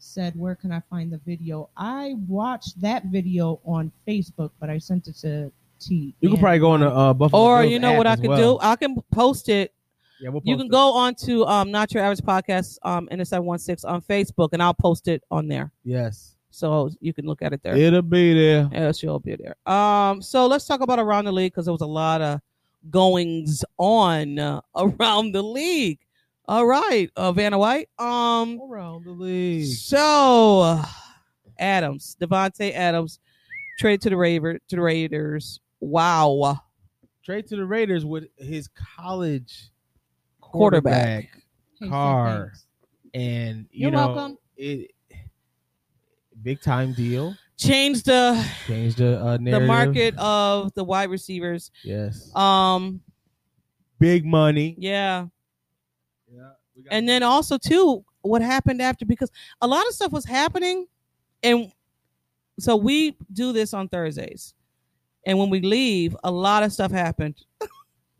S4: said, Where can I find the video? I watched that video on Facebook, but I sent it to T.
S3: You can probably go on the uh, Buffalo.
S2: Or
S3: Bills
S2: you know what
S3: app
S2: I
S3: as
S2: could
S3: well.
S2: do? I can post it.
S3: Yeah, we'll
S2: You
S3: post
S2: can
S3: it.
S2: go on to um Not Your Average Podcast um NSI16 on Facebook and I'll post it on there.
S3: Yes,
S2: So you can look at it there.
S3: it'll be there.
S2: Yeah, she'll be there. Um, so let's talk about around the league because there was a lot of goings on uh, around the league. All right, uh, Vanna White. Um,
S3: Around the league.
S2: So, Adams, Devonte Adams, traded to the Raver, to the Raiders. Wow,
S3: trade to the Raiders with his college
S2: Quarterback.
S3: quarterback,
S4: Hayes said,
S3: Carr.
S4: "Thanks."
S3: and you
S4: You're
S3: know
S4: welcome.
S3: it big time deal
S2: changed the
S3: changed the uh, narrative.
S2: the market of the wide receivers.
S3: yes,
S2: Um,
S3: big money.
S2: yeah,
S3: Yeah, We got
S2: and then uh, also too what happened after because a lot of stuff was happening and so we do this on thursdays and when we leave a lot of stuff happened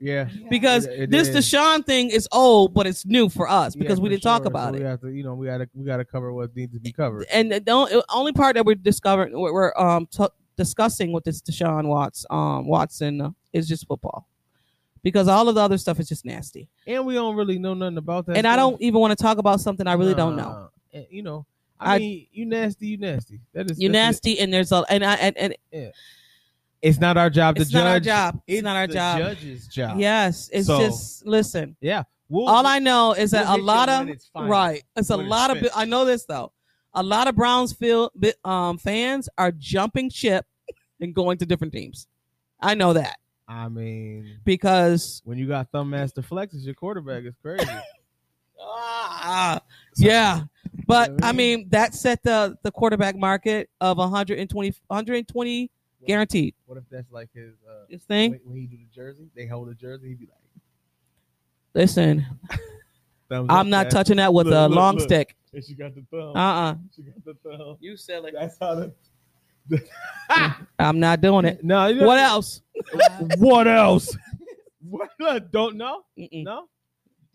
S3: yeah.
S2: because
S3: It- it
S2: this
S3: is.
S2: deshaun thing is old but it's new for us because
S3: Yeah,
S2: we
S3: for
S2: didn't talk
S3: sure. So
S2: about
S3: We
S2: it
S3: have to, you know, we gotta we gotta cover what needs to be covered.
S2: and the on- only part that we're discovering we're, we're um t- discussing with this deshaun watts um watson uh, is just football because all of the other stuff is just nasty
S3: And we don't really know nothing about that.
S2: and i
S3: stuff.
S2: don't even want to talk about something i really don't know
S3: Nah. And, you know, I,
S2: I-
S3: mean, you nasty, you nasty. That is
S2: you
S3: that's it.
S2: nasty and there's a and i and, and
S3: It's not our job to
S2: it's
S3: judge.
S2: not our job. It's, not our
S3: the
S2: job.
S3: Judge's job.
S2: Yes, it's
S3: So-
S2: just listen.
S3: Yeah. We'll,
S2: All I know is that
S3: we'll
S2: a
S3: hit you
S2: lot
S3: when
S2: of
S3: it's final,
S2: right. It's a
S3: when it's
S2: lot of
S3: finished.
S2: I know this though. A lot of Brownsfield bi- um, fans are jumping ship and going to different teams. I know that
S3: I mean,
S2: because
S3: when you got thumb master flex as your quarterback, it's crazy.
S2: ah, yeah. But I
S3: Mhm.
S2: mean that set the the quarterback market of 120 120 guaranteed.
S3: What if that's like his uh,
S2: This
S3: when,
S2: thing.
S3: when he do the jersey, they hold the jersey, he'd be like,
S2: Listen,
S3: thumbs up,
S2: I'm not
S3: Dad.
S2: touching that with
S3: Look,
S2: a
S3: look,
S2: long
S3: look.
S2: stick.
S3: And she got the thumb.
S2: Uh-uh.
S3: She got the thumb.
S2: You sell
S3: That's how the.
S2: I'm not doing it.
S3: No. you know-
S2: What else?
S4: Uh,
S3: What else? what? Don't know.
S2: Mm-mm.
S3: No.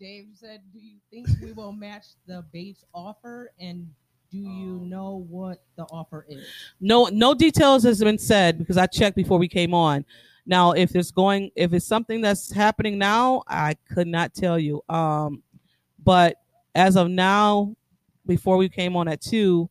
S4: Dave said, "Do you think we will match the base offer? And do you know what the offer is?"
S2: No, no details has been said because I checked before we came on. Now, if it's going, if it's something that's happening now, I could not tell you. Um, but as of now, before we came on at two,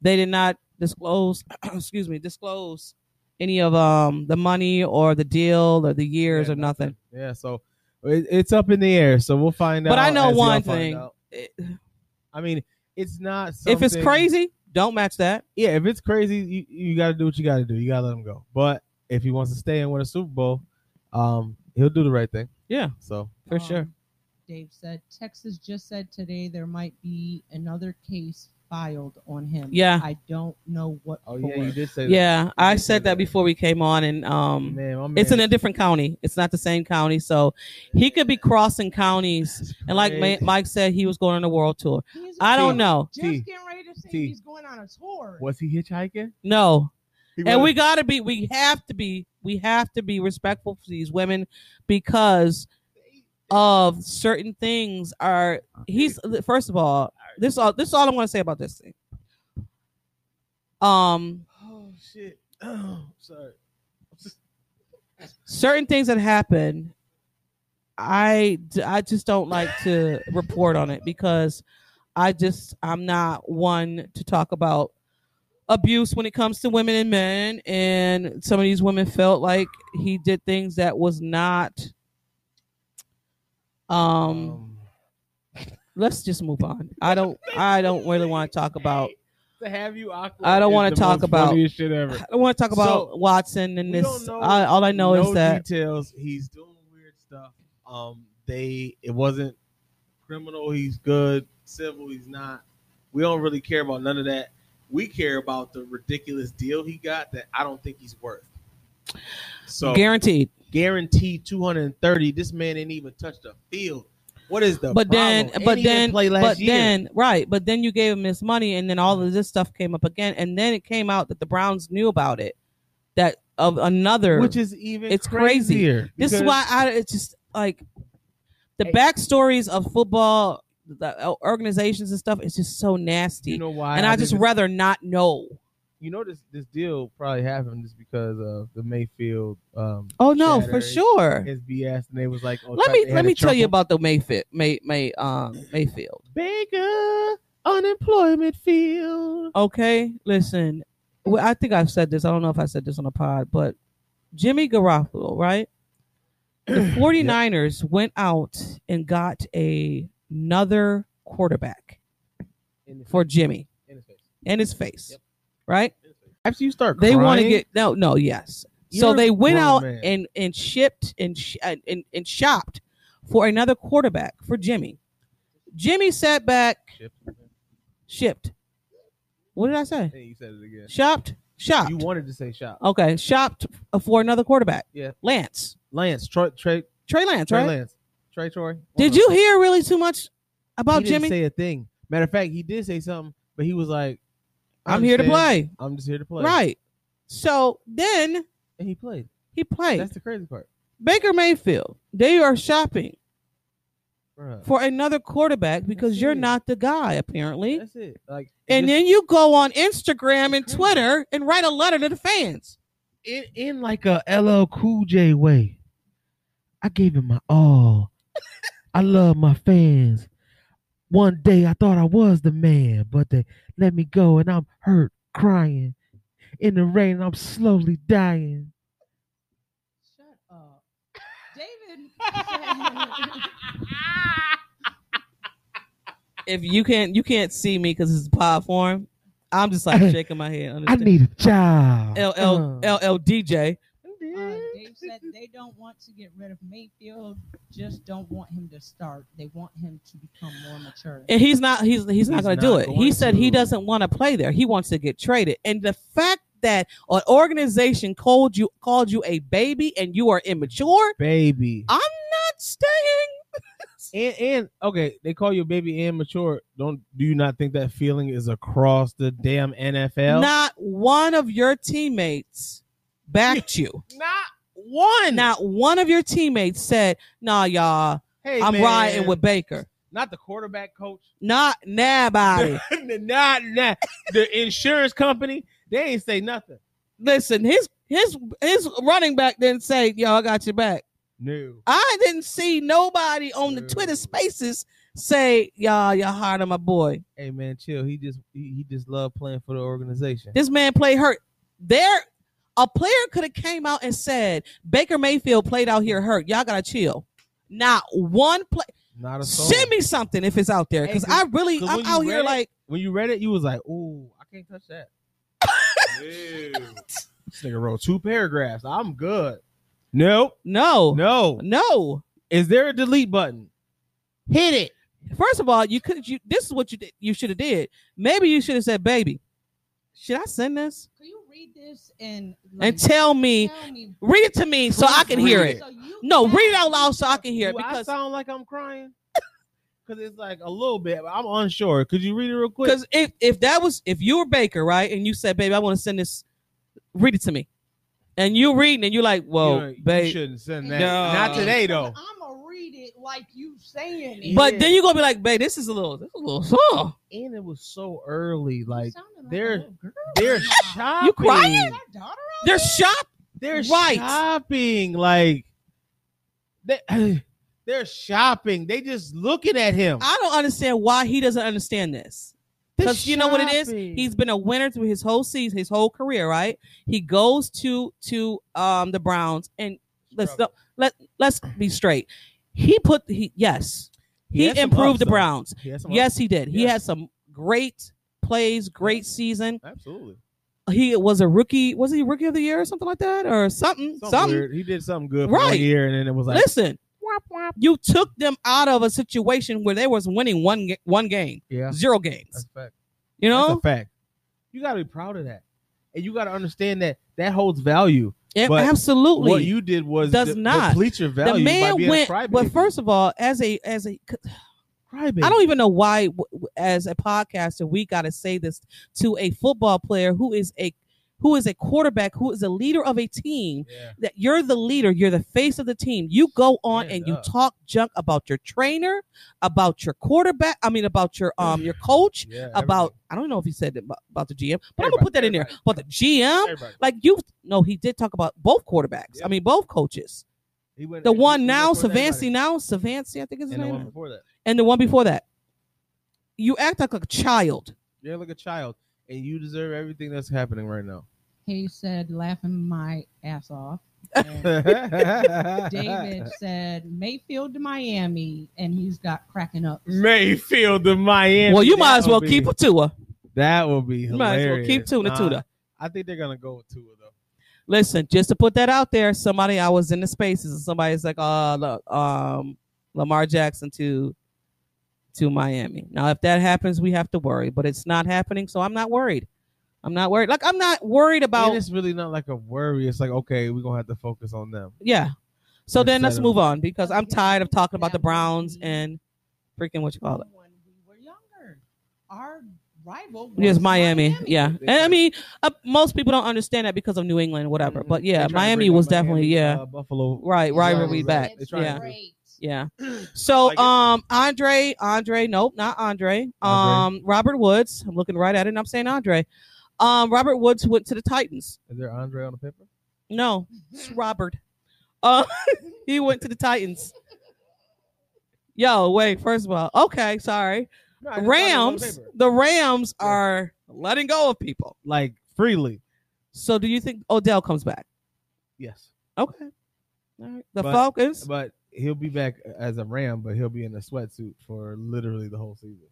S2: they did not disclose. excuse me, disclose any of um the money or the deal or the years
S3: Yeah,
S2: or nothing.
S3: Yeah. So it, it's up in the air. So we'll find out.
S2: But I know
S3: as y'all
S2: one
S3: find
S2: thing.
S3: out.
S2: It-
S3: I mean, it's not.
S2: if it's
S3: something-
S2: crazy, don't match that.
S3: yeah. If it's crazy, you, you got to do what you got to do. You got to let him go. But if he wants to stay and win a Super Bowl, um, he'll do the right thing.
S2: Yeah,
S3: So
S2: for
S4: Um,
S2: sure.
S4: Dave said, "Texas just said today there might be another case filed on him.
S2: Yeah.
S4: I don't know what.
S3: oh
S4: for.
S3: yeah, you did say
S2: Um, Yeah, I
S3: did say
S2: said
S3: that.
S2: that before we came on, and
S3: that.
S2: um.
S3: Man, my
S2: It's in
S3: man-
S2: a different county. It's not the same county. So he could be crossing counties.
S3: That's
S2: And like Ma-
S3: crazy.
S2: Mike said, he was going on a world tour.
S4: He's
S2: I don't
S3: T.
S2: know.
S4: just
S3: T.
S4: getting ready to say
S3: T.
S4: he's going on a tour.
S3: was he hitchhiking?
S2: No.
S3: He
S2: And we
S3: was-
S2: got to be, we have to be, we have to be respectful to these women because of certain things are, he's, first of all, this all, this is all I want to say about this thing. Um,
S3: Oh shit! Oh, sorry.
S2: certain things that happen i i just don't like to report on it because i just i'm not one to talk about abuse when it comes to women and men and some of these women felt like he did things that was not um,
S3: Um,
S2: let's just move on i don't i don't really want to talk about
S3: to have you awkward.
S2: I don't
S3: is
S2: wanna
S3: the
S2: talk
S3: most
S2: about-
S3: funniest shit ever.
S2: i don't want to talk about watson and
S3: we
S2: this
S3: don't know-
S2: I, all i know
S3: no
S2: is that
S3: details. He's doing weird stuff. Um, they it wasn't criminal. He's good. Civil. He's not. We don't really care about none of that. We care about the ridiculous deal he got that I don't think he's worth. So
S2: guaranteed
S3: guaranteed 230. This man didn't even touch the field. What is the
S2: but
S3: problem?
S2: then,
S3: And
S2: but
S3: he didn't
S2: then,
S3: play last
S2: but
S3: year.
S2: then, right? But then you gave him his money, and then all of this stuff came up again, and then it came out that the Browns knew about it. That of another,
S3: which is even
S2: It's crazy.
S3: crazier.
S2: this is
S3: because-
S2: why I it's just like the
S3: Hey.
S2: backstories of football, the organizations and stuff is just so nasty,
S3: you know why,
S2: and I, just
S3: think it's-
S2: rather not know.
S3: you know this this deal probably happened just because of the Mayfield. Um,
S2: Oh no,
S3: chatter.
S2: for sure.
S3: his BS, and they was like, oh,
S2: Let
S3: Trump-
S2: me
S3: they
S2: let
S3: had
S2: me
S3: a
S2: tell you
S3: Trump-
S2: about the Mayfield, May May um Mayfield.
S3: Baker unemployment field."
S2: Okay, listen. Well, I think I've said this. I don't know if I said this on the pod, but Jimmy Garoppolo, right? The 49ers went out and got a, another quarterback
S3: In his
S2: for
S3: face.
S2: Jimmy
S3: In his face.
S2: and his face,
S3: Yep.
S2: right?
S3: In his face. After you start,
S2: They want to
S3: crying,
S2: get no, no, yes.
S3: You're
S2: so
S3: a
S2: they went
S3: grown
S2: out
S3: man.
S2: and and shipped and, sh- and and and shopped for another quarterback for Jimmy. Jimmy sat back, shipped. What did I say?
S3: Hey, you said it again.
S2: Shopped, shopped.
S3: You wanted to say shop.
S2: Okay, shopped for another quarterback.
S3: Yeah.
S2: Lance,
S3: Lance, Troy, Trey,
S2: Trey Lance,
S3: Trey
S2: right?
S3: Lance, Trey Troy.
S2: Did
S3: One
S2: you
S3: of
S2: hear really too much about
S3: he didn't
S2: Jimmy.
S3: say a thing. Matter of fact, he did say something, but he was like, I
S2: I'm here to
S3: understand.
S2: play.
S3: I'm just here to play."
S2: Right. So then
S3: And he played.
S2: he played
S3: That's the crazy part.
S2: Baker Mayfield. They are shopping
S3: Bruh.
S2: for another quarterback because
S3: That's
S2: you're
S3: it.
S2: not the guy apparently.
S3: That's it. Like
S2: And
S3: just
S2: then you go on Instagram and Twitter and write a letter to the fans.
S3: in, in like a LL Cool J way. I gave him my all. I love my fans. One day I thought I was the man, but they let me go and I'm hurt, crying. In the rain, I'm slowly dying.
S4: Shut up. uh, David.
S2: If you can't you can't see me because it's pod form, I'm just like shaking my head.
S3: I
S2: understand.
S3: need a job.
S2: LL,
S3: Uh.
S2: LLDJ.
S4: Uh, Dave said they don't want to get rid of Mayfield, just don't want him to start. They want him to become more mature.
S2: And he's not he's he's, not
S3: He's
S2: gonna
S3: not
S2: do it. He
S3: going
S2: said he
S3: to.
S2: doesn't want to play there. He wants to get traded. And the fact that an organization called you called you a baby and you are immature,
S3: Baby.
S2: I'm not staying.
S3: And and okay, they call you a baby and mature. Don't do you not think that feeling is across the damn NFL?
S2: Not one of your teammates backed you.
S3: Not one.
S2: Not one of your teammates said, "Nah, y'all,
S3: hey,
S2: I'm
S3: man.
S2: riding with Baker."
S3: not the quarterback coach.
S2: Not nobody.
S3: not not the insurance company. They ain't say nothing.
S2: Listen, his his his running back didn't say, "Yo, I got your back."
S3: No.
S2: I didn't see nobody on the
S3: True.
S2: Twitter Spaces say, "Y'all, y'all hard on my boy."
S3: Hey man, chill. He just he, he just loved playing for the organization.
S2: This man played hurt. There, a player could have came out and said, "Baker Mayfield played out here hurt. Y'all gotta chill." Not one play.
S3: Not a soul.
S2: Send me something if it's out there,
S3: Hey,
S2: because
S3: cause-
S2: I really,
S3: 'cause
S2: I'm
S3: when you
S2: out here
S3: read it-
S2: like.
S3: When you read it, you was like, "Ooh, I can't touch that." Ew. this nigga wrote two paragraphs. I'm good. Nope.
S2: No, no,
S3: No.
S2: no.
S3: Is there a delete button? Hit it.
S2: First of all, you could. You this is what you did. You should have did. Maybe you should have said, "Baby, should I send this?"
S4: Can you read this and
S2: And tell me,
S4: tell me-
S2: read it to me so I can hear
S3: Proofread
S2: it.
S4: So you
S2: No,
S4: can-
S2: read it out loud so I can hear it
S3: Do I
S2: because
S3: sound like I'm crying? Because it's like a little bit, but I'm unsure. Could you read it real quick?
S2: because if if that was if you were Baker right and you said, "Baby, I want to send this, read it to me," and you reading and you're like,
S3: You
S2: "Whoa,
S3: know, you
S2: babe,"
S3: shouldn't send that.
S2: No.
S3: Not today though.
S4: I'm gonna read it like you saying it.
S2: but
S3: Yeah.
S2: then you gonna be like, "Babe, this is a little, this is a little song."
S3: And it was so early. Like
S4: Sounded like
S3: they're-
S4: a little girl.
S3: they're
S4: Is
S3: shopping.
S2: crying?
S4: that daughter out
S2: They're
S4: there?
S2: shop.
S3: They're
S2: Right.
S3: shopping. Like they, they're shopping. They just looking at him.
S2: I don't understand why he doesn't understand this.
S3: They're
S2: Because you know what it is?
S3: shopping.
S2: He's been a winner through his whole season, his whole career, right? He goes to to um the Browns and let's
S3: Struggle.
S2: let let's be straight. He put he yes, he,
S3: had some
S2: improved the
S3: ups, though.
S2: Browns.
S3: He had some ups.
S2: Yes, he did. He
S3: Yeah.
S2: had some great plays, great season.
S3: absolutely.
S2: He was a rookie. Was he rookie of the year or something like that, or something?
S3: Something,
S2: Something.
S3: weird. He did something good for one
S2: Right.
S3: year, and then it was like,
S2: Listen, you took them out of a situation where they was winning one ga- one game,
S3: yeah,
S2: zero
S3: that's
S2: games.
S3: a fact.
S2: You
S3: That's
S2: know,
S3: a fact. You gotta be proud of that, and you gotta understand that that holds value.
S2: Yeah,
S3: but
S2: absolutely.
S3: What you did was
S2: Does
S3: de-
S2: not.
S3: deplete your value
S2: the
S3: by
S2: man
S3: being
S2: went.
S3: a crybaby.
S2: But first of all, as a as a
S3: crybaby.
S2: I don't even know why, w- w- as a podcaster, we got to say this to a football player who is a who is a quarterback, who is a leader of a team.
S3: Yeah.
S2: That you're the leader, you're the face of the team. You go on
S3: Man
S2: and you
S3: up.
S2: talk junk about your trainer, about your quarterback. I mean, about your um your coach,
S3: Yeah,
S2: about I don't know if he said it about, about the GM, but I'm
S3: Everybody,
S2: gonna put that in there.
S3: everybody.
S2: But the GM,
S3: everybody. Everybody.
S2: like you, no, he did talk about both quarterbacks. I
S3: Yeah.
S2: mean, both coaches.
S3: He went-
S2: The
S3: he-
S2: one
S3: he
S2: now,
S3: went for
S2: Savancy
S3: everybody.
S2: now, Savancy, I think is his
S3: and the
S2: name
S3: one before that.
S2: and the one before that. You act like a child.
S3: You're like a child, and you deserve everything that's happening right now.
S4: He said, laughing my ass off. And David said Mayfield to Miami, and he's got cracking up.
S3: Mayfield to Miami.
S2: well, you
S3: That
S2: might as well
S3: would
S2: keep
S3: be-
S2: a Tua.
S3: That would be
S2: You
S3: hilarious.
S2: might as well keep Tua.
S3: Nah,
S2: to Tua.
S3: I think they're gonna go with Tua though.
S2: Listen, just to put that out there, somebody I was in the spaces and somebody's like, "Oh, look, um, Lamar Jackson to to Miami." Now, if that happens, we have to worry, but it's not happening, so I'm not worried. I'm not worried. Like I'm not worried
S3: About,
S2: about
S3: and it's really not like a worry. It's like okay, we're gonna have to focus on them.
S2: yeah. So then
S3: Instead
S2: let's
S3: of-
S2: move on because I'm tired of talking about the
S4: That would
S2: Browns
S4: be-
S2: and freaking what you call it.
S4: Someone our rival was
S2: Yes, Miami. Yeah,
S3: Big
S2: and I
S3: time.
S2: mean, uh, most people don't understand that because of New England, whatever.
S3: Mhm.
S2: But
S3: They
S2: yeah,
S3: tried to
S2: Miami
S3: bring
S2: was
S3: up Miami,
S2: definitely yeah,
S3: uh, Buffalo.
S2: right,
S3: Yeah,
S2: rivalry
S3: right.
S2: back.
S3: They
S4: It's
S3: tried
S2: Yeah,
S3: to-
S4: great.
S2: yeah. So,
S3: Like it.
S2: um, Andre, Andre, nope, not Andre. Um,
S3: Andre.
S2: Robert Woods. I'm looking right at it, and I'm saying Andre. Um, Robert Woods went to the Titans.
S3: Is there Andre on the paper?
S2: No, it's
S3: Mm-hmm.
S2: Robert. Uh, he went to the Titans. Yo, wait. First of all, okay, sorry.
S3: No, I just thought he was on
S2: Rams.
S3: paper.
S2: The Rams
S3: Yeah.
S2: are letting go of people.
S3: Like freely.
S2: So, do you think Odell comes back?
S3: Yes.
S2: Okay. All right. The
S3: But-
S2: Falcons.
S3: But he'll be back as a Ram, but he'll be in a sweatsuit for literally the whole season.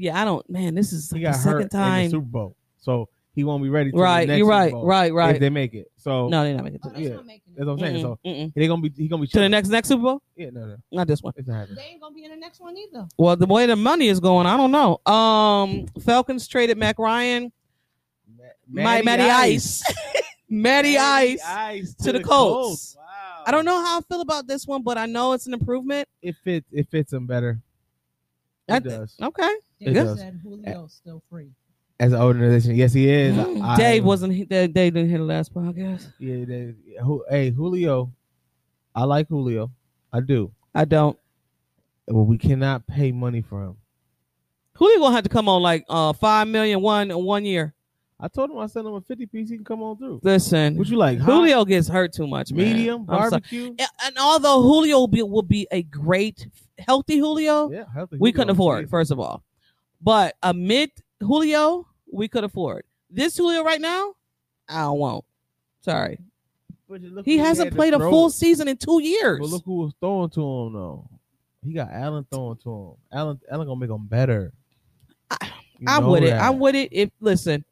S2: yeah, I don't. Man, this is
S3: He
S2: like
S3: got
S2: the
S3: hurt
S2: second
S3: in the
S2: time.
S3: Super Bowl. So he won't be ready till
S2: Right.
S3: the next
S2: You're right.
S3: Super Bowl
S2: Right.
S3: If
S2: Right.
S3: they make it. So
S2: No, they're not making
S4: Oh,
S2: it.
S4: that's
S3: Yeah.
S4: not making
S3: that's what I'm
S4: it.
S3: saying. So
S2: Mm-mm, mm-mm.
S3: they're gonna be he's gonna be
S2: to the
S3: chilling.
S2: next next Super Bowl,
S3: Yeah, no, no.
S2: not this one.
S3: It's not happening.
S4: They ain't gonna be in the next one either.
S2: Well, the way the money is going, I don't know. Um, Falcons traded Mac Ryan,
S3: Ma-
S2: my Matty Ice, Matty Ice. to the Colts.
S3: Wow.
S2: I don't know how I feel about this one, but I know it's an improvement.
S3: It fits it fits him better. It
S2: I-
S3: does.
S2: Okay,
S4: They
S2: Yeah.
S4: said Julio's still free.
S3: As an organization. Yes, he is. I-
S2: Mm. Dave wasn't. he- Dave Dave didn't hear the last podcast.
S3: Yeah, they, who, hey, Julio. I like Julio. I do.
S2: I don't.
S3: But we cannot pay money for him.
S2: Who you gonna have to come on like uh five million one in one year?
S3: I told him I sent him a 50 piece. He can come on through.
S2: Listen,
S3: What you like? hot,
S2: Julio gets hurt too much. man.
S3: medium,
S2: I'm sorry.
S3: barbecue.
S2: And, and although Julio be, will be a great, healthy Julio,
S3: Yeah, healthy
S2: we
S3: Julio.
S2: couldn't afford,
S3: Jeez.
S2: first of all. But a mid Julio, we could afford. This Julio right now, I don't want. Sorry.
S3: But look
S2: He
S3: who
S2: hasn't
S3: had to
S2: played a
S3: throw.
S2: full season in two years.
S3: But look who was throwing to him though. He got Allen throwing to him. Allen, Allen gonna make him better.
S2: I-
S3: You
S2: I'm
S3: know
S2: with it.
S3: that.
S2: I'm with it. If listen,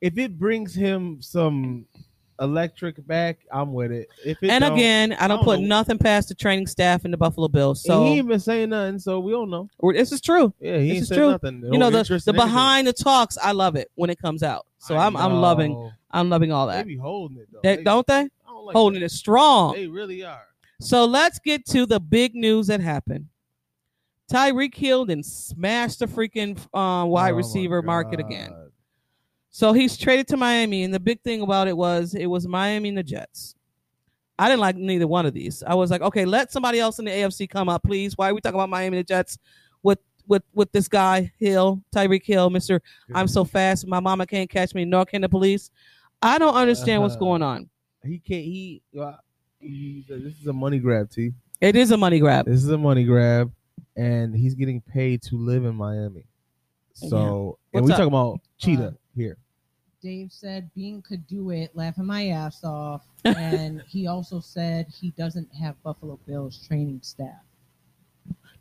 S3: if it brings him some electric back, I'm with it. If it
S2: and
S3: don't-
S2: again, I don't,
S3: don't
S2: put
S3: know.
S2: nothing past the training staff and the Buffalo Bills.
S3: and he
S2: So
S3: ain't been saying nothing, so we don't know.
S2: or- this is true.
S3: Yeah, he
S2: This
S3: ain't
S2: is
S3: said
S2: true.
S3: nothing.
S2: you know
S3: No
S2: the,
S3: interest
S2: the
S3: in anything.
S2: behind the talks. I love it when it comes out. So I'm I'm loving
S3: know.
S2: I'm loving all
S3: They
S2: that.
S3: be holding it though.
S2: They, don't they
S3: I don't like
S2: holding
S3: that.
S2: it strong?
S3: They really are.
S2: So let's get to the big news that happened. Tyreek Hill and smashed the freaking uh, wide
S3: Oh, my
S2: receiver market again.
S3: God.
S2: So he's traded to Miami, and the big thing about it was it was Miami and the Jets. I didn't like neither one of these. I was like, okay, let somebody else in the AFC come up, please. Why are we talking about Miami and the Jets with with with this guy Hill, Tyreek Hill, Mister? I'm so fast, my mama can't catch me, nor can the police. I don't understand what's going on.
S3: He can't. He. well, he- this is a money grab, T.
S2: It is a money grab.
S3: This is a money grab, and he's getting paid to live in Miami. So,
S2: Yeah. What's
S3: and we
S2: up? Uh,
S3: talking about Cheetah here.
S4: Dave said Bean could do it, laughing my ass off. And he also said he doesn't have Buffalo Bills training staff.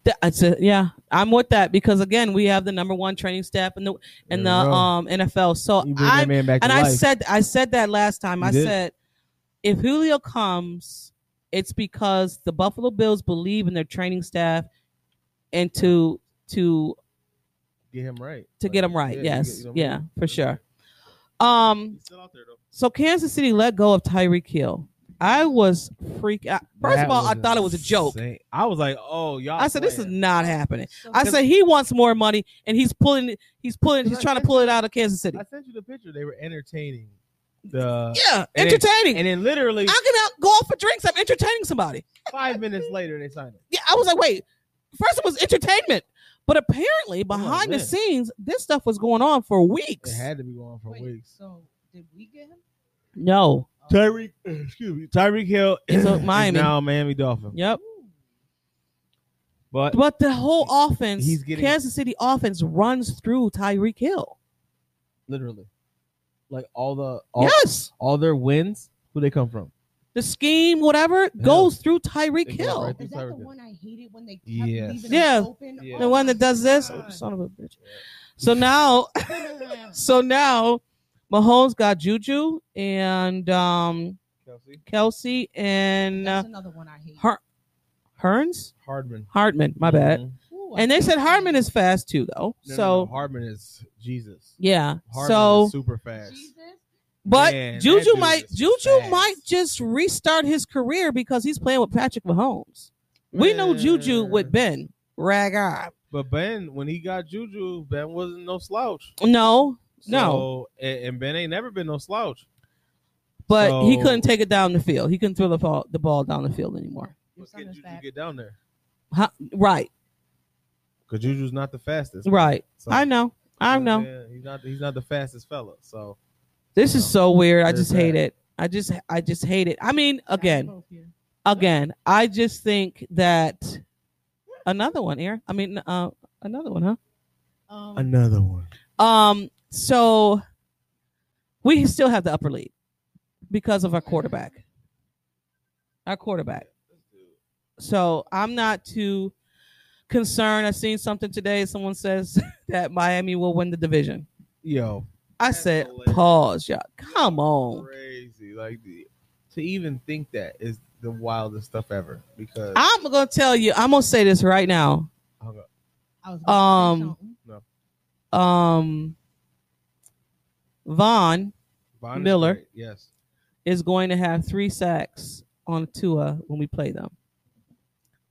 S2: Th- I said, yeah, I'm with that because again, we have the number one training staff in the in the
S3: There you go.
S2: um NFL. So
S3: You bring
S2: I
S3: that man back
S2: and
S3: to
S2: I
S3: life.
S2: said I said that last time.
S3: You
S2: I
S3: did.
S2: said if Julio comes, it's because the Buffalo Bills believe in their training staff and to to
S3: get him right.
S2: to
S3: Like,
S2: get them right.
S3: yeah, you
S2: yes,
S3: get- you know what I
S2: yeah,
S3: mean?
S2: for sure. Um,
S3: He's still out there, though.
S2: so Kansas City let go of Tyreek Hill. I was freak. out. First
S3: That
S2: of all, I
S3: was
S2: thought it was a joke.
S3: insane. I was like, oh, y'all.
S2: I said this is
S3: playing.
S2: not happening.
S4: So
S2: I said he wants more money, and he's pulling. He's pulling. He's trying to pull it out of Kansas City.
S3: I sent you the picture. They were entertaining the.
S2: Yeah,
S3: And it-
S2: entertaining.
S3: And then literally
S2: I can out go out for drinks. I'm entertaining somebody.
S3: five minutes later, they signed it.
S2: Yeah, I was like, wait. First, it was entertainment, but apparently
S3: like,
S2: behind the
S3: man.
S2: scenes, this stuff was going on for
S3: It
S2: weeks.
S3: had to be going for
S4: wait,
S3: weeks.
S4: So did we get him?
S2: No.
S3: Tyreek, excuse me, Tyreek Hill
S2: He's
S3: is
S2: a Miami.
S3: now a Miami Dolphin.
S4: Oh,
S2: Yep.
S3: But
S2: But the whole offense,
S3: He's getting-
S2: Kansas City offense, runs through Tyreek Hill.
S3: literally, like all the all,
S2: yes.
S3: all their wins, who they come from?
S2: The scheme, whatever, goes through Tyreek
S3: It goes
S2: Hill.
S3: right
S4: Is that the
S3: Tyreek did.
S4: one I hated when they kept
S3: Yes.
S4: leaving
S2: Yeah.
S4: us open? Oh,
S3: Yeah.
S2: The one that does this, oh, son of a bitch. So now, so now, Mahomes got Juju and um,
S3: Kelsey
S2: Kelsey and uh,
S4: That's another one I hate.
S2: Har- Hearns
S3: Hardman.
S2: Hartman. My bad.
S3: Mhm.
S4: Ooh, I
S2: And they
S4: hate
S2: said
S4: that.
S2: Hartman is fast too, though.
S3: No,
S2: so
S3: no, no, Hardman is Jesus.
S2: yeah.
S3: Hardman
S2: so
S3: is super fast.
S4: Jesus?
S2: but
S3: Man, that
S2: Juju
S3: dude
S2: might
S3: is
S2: Juju
S3: fast.
S2: might just restart his career because he's playing with Patrick Mahomes. We know Juju with
S3: Man.
S2: Ben. rag on.
S3: But Ben, when he got Juju, Ben wasn't no slouch.
S2: No,
S3: So, and, and Ben ain't never been no slouch.
S2: but he
S3: So-
S2: couldn't take it down the field. He couldn't throw the ball, the ball down the field anymore.
S4: Your
S3: But
S4: son
S3: can
S4: is
S3: Juju
S4: back.
S3: get down there?
S2: Huh? Right,
S3: Because Juju's not the fastest.
S2: right.
S3: So,
S2: I know. I
S3: you what I'm
S2: know.
S3: saying? He's not. He's not the fastest fella. So
S2: This is so weird. I
S3: There's
S2: just hate
S3: that.
S2: it. I just I just hate it. I mean,
S4: Got
S2: again,
S4: both here.
S2: again, I just think that another one, Aaron. I mean, uh, another one, huh?
S4: Um,
S3: another one.
S2: Um, so we still have the upper lead because of our quarterback. Our quarterback. So I'm not too concerned. I seen something today. Someone says that Miami will win the division.
S3: Yo,
S2: I
S3: That's
S2: said,
S3: hilarious.
S2: pause, y'all. Come on.
S3: crazy. Like the, to even think that is the wildest stuff ever. Because
S2: I'm gonna tell you. I'm gonna say this right now.
S3: Hold up.
S4: I was about to say
S2: um,
S4: something.
S2: Um, Vaughn
S3: Bond is
S2: Miller.
S3: great, Yes.
S2: is going to have three sacks on Tua when we play them.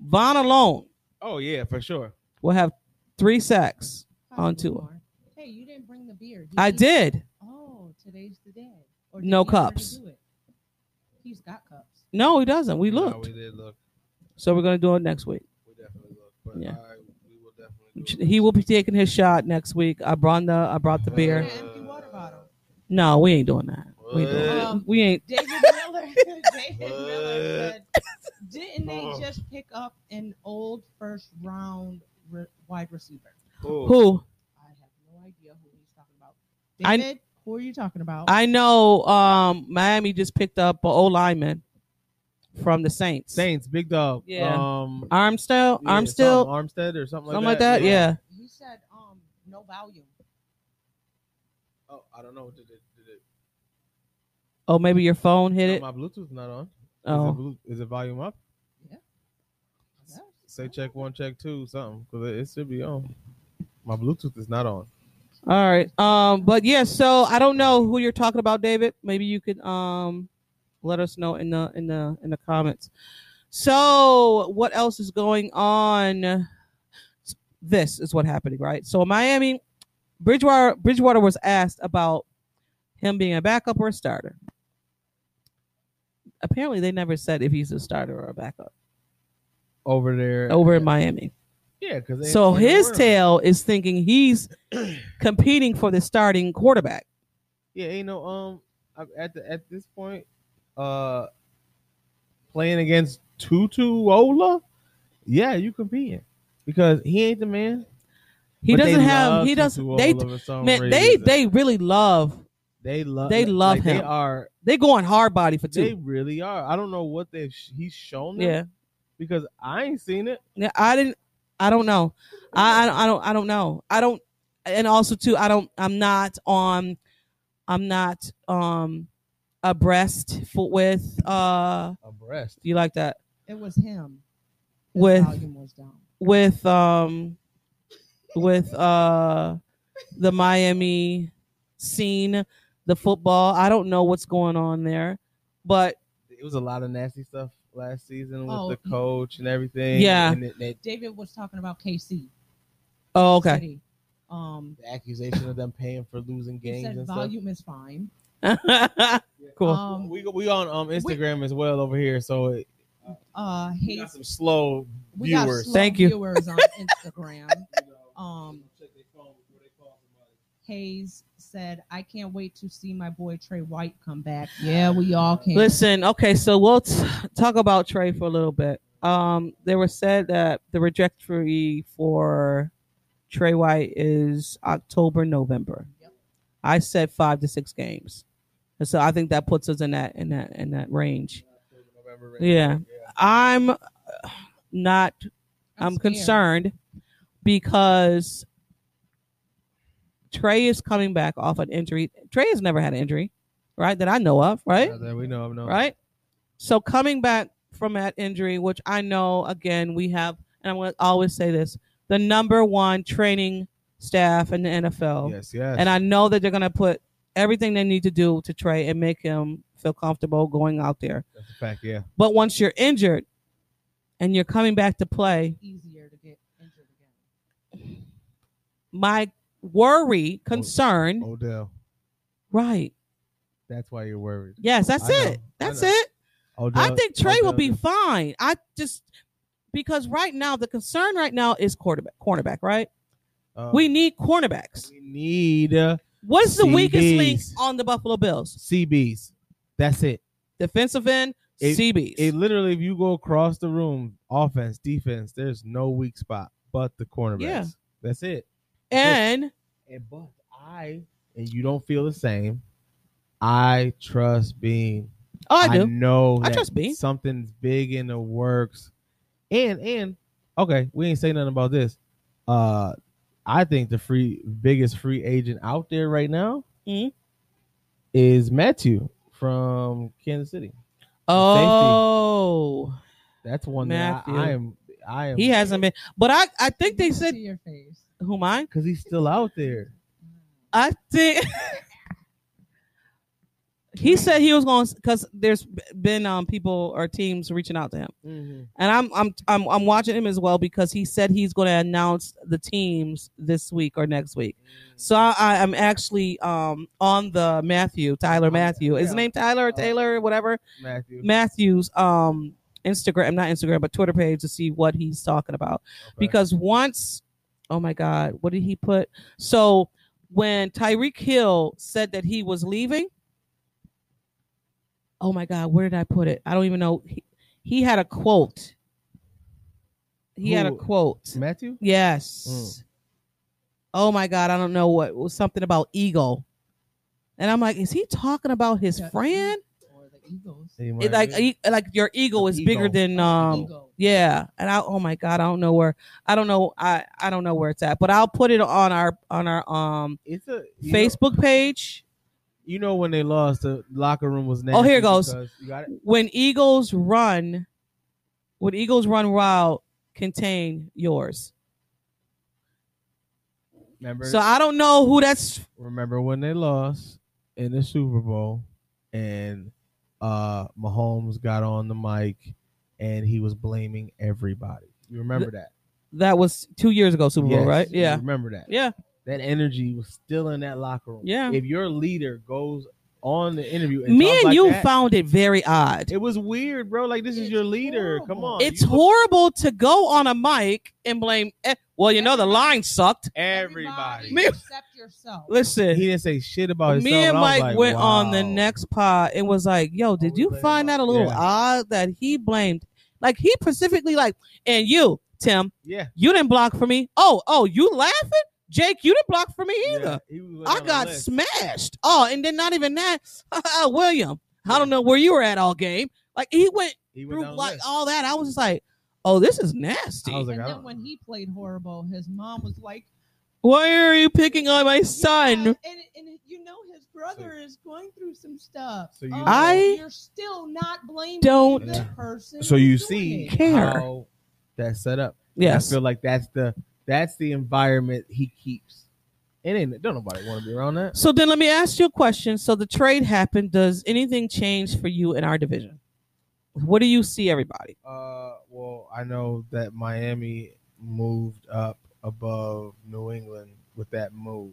S2: Vaughn alone
S3: Oh yeah, for sure.
S2: will have three sacks.
S4: Probably
S2: onto it.
S4: more. Hey, you didn't bring the beer.
S2: I
S4: you?
S2: did.
S4: Oh, today's the day. Or
S2: No
S4: did he already
S2: cups.
S4: do it? He's got cups.
S2: No, he doesn't. We
S3: No,
S2: looked.
S3: we did look.
S2: So we're going to do it next week.
S3: We definitely look. But
S2: Yeah.
S3: I, we will definitely. do it.
S2: He will be taking his shot next week. I brought the I brought the beer.
S4: An empty water bottle.
S2: No, we ain't doing that. We, ain't doing that.
S4: Um,
S2: we ain't.
S4: David Miller. David Miller said, "Didn't they
S3: Oh.
S4: just pick up an old first round re- wide receiver?"
S3: Cool.
S2: Who?
S4: I have no idea who he's talking about.
S2: I-
S4: David, who are you talking about?
S2: I know. Um, Miami just picked up an O lineman from the Saints.
S3: Saints, big dog.
S2: Yeah.
S3: Um,
S2: Armstead.
S3: yeah,
S2: Armstead.
S3: something, Armstead or something
S2: Something
S3: like that.
S2: like that. Yeah.
S4: he said, "Um, no volume."
S3: Oh, I don't know. Did it? Did it?
S2: Oh, maybe your phone hit
S3: no,
S2: it.
S3: My Bluetooth's not on. Is, it
S2: Oh,
S3: blue, is it volume up? Say check one, check two, something. Cause it, it should be on. My Bluetooth is not on.
S2: all right. Um, but yeah. So I don't know who you're talking about, David. Maybe you could um, let us know in the in the in the comments. So what else is going on? This is what happening, right? So in Miami, Bridgewater Bridgewater was asked about him being a backup or a starter. Apparently, they never said if he's a starter or a backup
S3: Over there.
S2: over in Miami.
S3: Yeah, because
S2: Oh. So his tail is thinking he's competing for the starting quarterback.
S3: Yeah, ain't no um I- at the at this point, uh, playing against Tutu Ola. Yeah, you competing because he ain't the man.
S2: He
S3: But they
S2: doesn't have.
S3: love
S2: He doesn't.
S3: Tutu
S2: They
S3: Ola for some
S2: man, they
S3: reason.
S2: they really love.
S3: they love
S2: they love
S3: like, They
S2: him.
S3: are
S2: They going hard body for
S3: they
S2: two.
S3: really are. I don't know what they've sh- he's shown them
S2: yeah,
S3: because I ain't seen it.
S2: yeah. I didn't. I don't know. I I don't, I don't. I don't know. I don't. And also too, I don't. I'm not on. I'm not um abreast for, with. Uh,
S3: Abreast.
S2: do you like that?
S4: It was him. The
S2: With-
S4: volume was down.
S2: with um with uh the Miami scene, the football. I don't know what's going on there, but
S3: It was a lot of nasty stuff last season with
S4: Oh.
S3: the coach and everything.
S2: Yeah.
S3: and it, they,
S4: David was talking about KC.
S2: oh okay.
S4: City. Um,
S3: the accusation of them paying for losing
S4: he
S3: games
S4: said
S3: and
S4: volume is fine.
S2: cool.
S3: stuff.
S4: Um,
S3: we we on um Instagram as well over here, so it,
S4: uh,
S3: we
S4: hey,
S3: got some slow
S4: we got
S3: viewers.
S4: slow
S2: Thank you.
S4: viewers on Instagram. Um, Hayes said, "I can't wait to see my boy Trey White come back." Yeah, we all can.
S2: Listen, okay, so we'll t- talk about Trey for a little bit. Um, they were said that the trajectory for Trey White is October, November.
S4: Yep.
S2: I said five to six games, and so I think that puts us in that in that in that range. Yeah. I'm uh, not I'm,
S4: scared.
S2: concerned because Trey is coming back off an injury. Trey has never had an injury, right? That I know of, right?
S3: Not that we know of, no.
S2: Right? So coming back from that injury, which I know again we have and I'm gonna always say this, the number one training staff in the NFL.
S3: Yes, yes.
S2: And I know that they're gonna put everything they need to do to Trey and make him feel comfortable going out there.
S3: That's a fact. Yeah.
S2: But once you're injured and you're coming back to play,
S4: Easier to get injured.
S2: my worry, concern,
S3: Odell.
S2: right?
S3: That's why you're worried.
S2: Yes, that's
S3: I know,
S2: it.
S3: I
S2: That's
S3: know.
S2: it.
S3: Odell,
S2: I think Trey will
S3: Odell-
S2: be fine. I just because right now the concern right now is quarterback, cornerback, right?
S3: uh,
S2: We need cornerbacks.
S3: we need uh,
S2: What's the weakest link
S3: CDs.
S2: on the Buffalo Bills?
S3: CBs. That's it.
S2: Defensive end,
S3: It-
S2: CBs.
S3: It literally, if you go across the room, offense, defense, there's no weak spot but the cornerbacks.
S2: Yeah.
S3: That's it.
S2: and
S3: And but I and you don't feel the same. I trust Bean.
S2: oh, I do.
S3: know
S2: I
S3: that
S2: trust Bean.
S3: something's big in the works. And and okay, we ain't say nothing about this. Uh I think the free biggest free agent out there right now
S2: Mhm.
S3: is Matthew from Kansas City.
S2: oh,
S3: That's one that
S2: Matthew.
S3: I, I am I am
S2: he hasn't been. But I, I think they
S4: You see
S2: said
S4: your face.
S2: who mine.
S3: because he's still out there.
S2: I think he said he was going because there's been um people or teams reaching out to him. and I'm I'm I'm I'm watching him as well because he said he's going to announce the teams this week or next week. So I, I am actually um on the Matthew Tyler Matthew. Oh. Is his
S3: Yeah.
S2: name Tyler or Taylor or whatever
S3: Matthew.
S2: Matthews um Instagram not Instagram but Twitter page to see what he's talking about
S3: Okay.
S2: because once oh my god what did he put so when tyreek hill said that he was leaving oh my god where did i put it i don't even know he, he had a quote he had a
S3: Who-
S2: quote
S3: Matthew?
S2: yes
S3: Mm.
S2: oh my god i don't know what it was something about eagle and i'm like is he talking about his
S4: The
S2: friend
S4: E- Or the Eagles.
S3: He might
S2: it, like
S3: be.
S2: e- like your ego
S3: The
S2: is bigger
S3: ego.
S2: than um
S4: Eagle.
S2: yeah, and I oh my god, I don't know where I don't know I I don't know where it's at, but I'll put it on our on our um
S3: it's a you know-
S2: Facebook page
S3: You know when they lost, the locker room was nasty.
S2: Oh, here it goes.
S3: because- You got it.
S2: when Eagles run when Eagles run wild contain yours.
S3: Remember,
S2: So I don't know who that's
S3: remember when they lost in the Super Bowl, and uh Mahomes got on the mic and he was blaming everybody. You remember that
S2: that was 2 years ago Super Bowl,
S3: Yes, Mm-hmm.
S2: right?
S3: you
S2: Yeah.
S3: remember that.
S2: Yeah.
S3: That energy was still in that locker room.
S2: Yeah.
S3: If your leader goes on the interview, and
S2: Me
S3: talks
S2: and
S3: like
S2: you
S3: that,
S2: found it very odd.
S3: it was weird, bro. Like this is
S4: It's
S3: your leader. Come
S4: horrible.
S3: on,
S2: It's
S3: you put
S2: horrible to go on a mic and blame eh, well, you know the line sucked.
S3: everybody.
S2: Me-
S4: except yourself.
S2: Listen.
S3: He didn't say shit about himself.
S2: me and
S3: I was
S2: Mike
S3: like,
S2: went on the
S3: wow.
S2: next pod and was like, "Yo, did
S3: we
S2: you
S3: blame
S2: find that
S3: Mike.
S2: a little
S3: Yeah.
S2: odd that he blamed? Like he specifically like, and you, Tim,
S3: Yeah.
S2: you didn't block for me. Oh, oh, you laughing, Jake? You didn't block for me either.
S3: Yeah, he was
S2: I
S3: on the
S2: got
S3: list.
S2: smashed. Oh, and then not even that, Uh, William. I don't know where you were at all game. Like he went
S3: He went
S2: through
S3: down the
S2: like
S3: list.
S2: all that. I was just like, oh, this is nasty.
S3: I was like, oh.
S4: and
S3: I
S4: then
S3: don't-
S4: when he played horrible, his mom was like,
S2: Why are you picking on my son?
S4: "Yeah, and, and you know his brother is going through some stuff.
S3: So you-
S4: Oh,
S2: I
S4: you're still not blaming
S2: don't
S4: the person.
S3: so you
S4: who's doing
S3: see
S4: it.
S2: Care.
S3: how that's set up.
S2: Yes.
S3: I feel like that's the that's the environment he keeps. It ain't don't nobody want to be around that.
S2: So then let me ask you a question. So the trade happened. Does anything change for you in our division? What do you see, everybody?
S3: Uh, well, I know that Miami moved up above New England with that move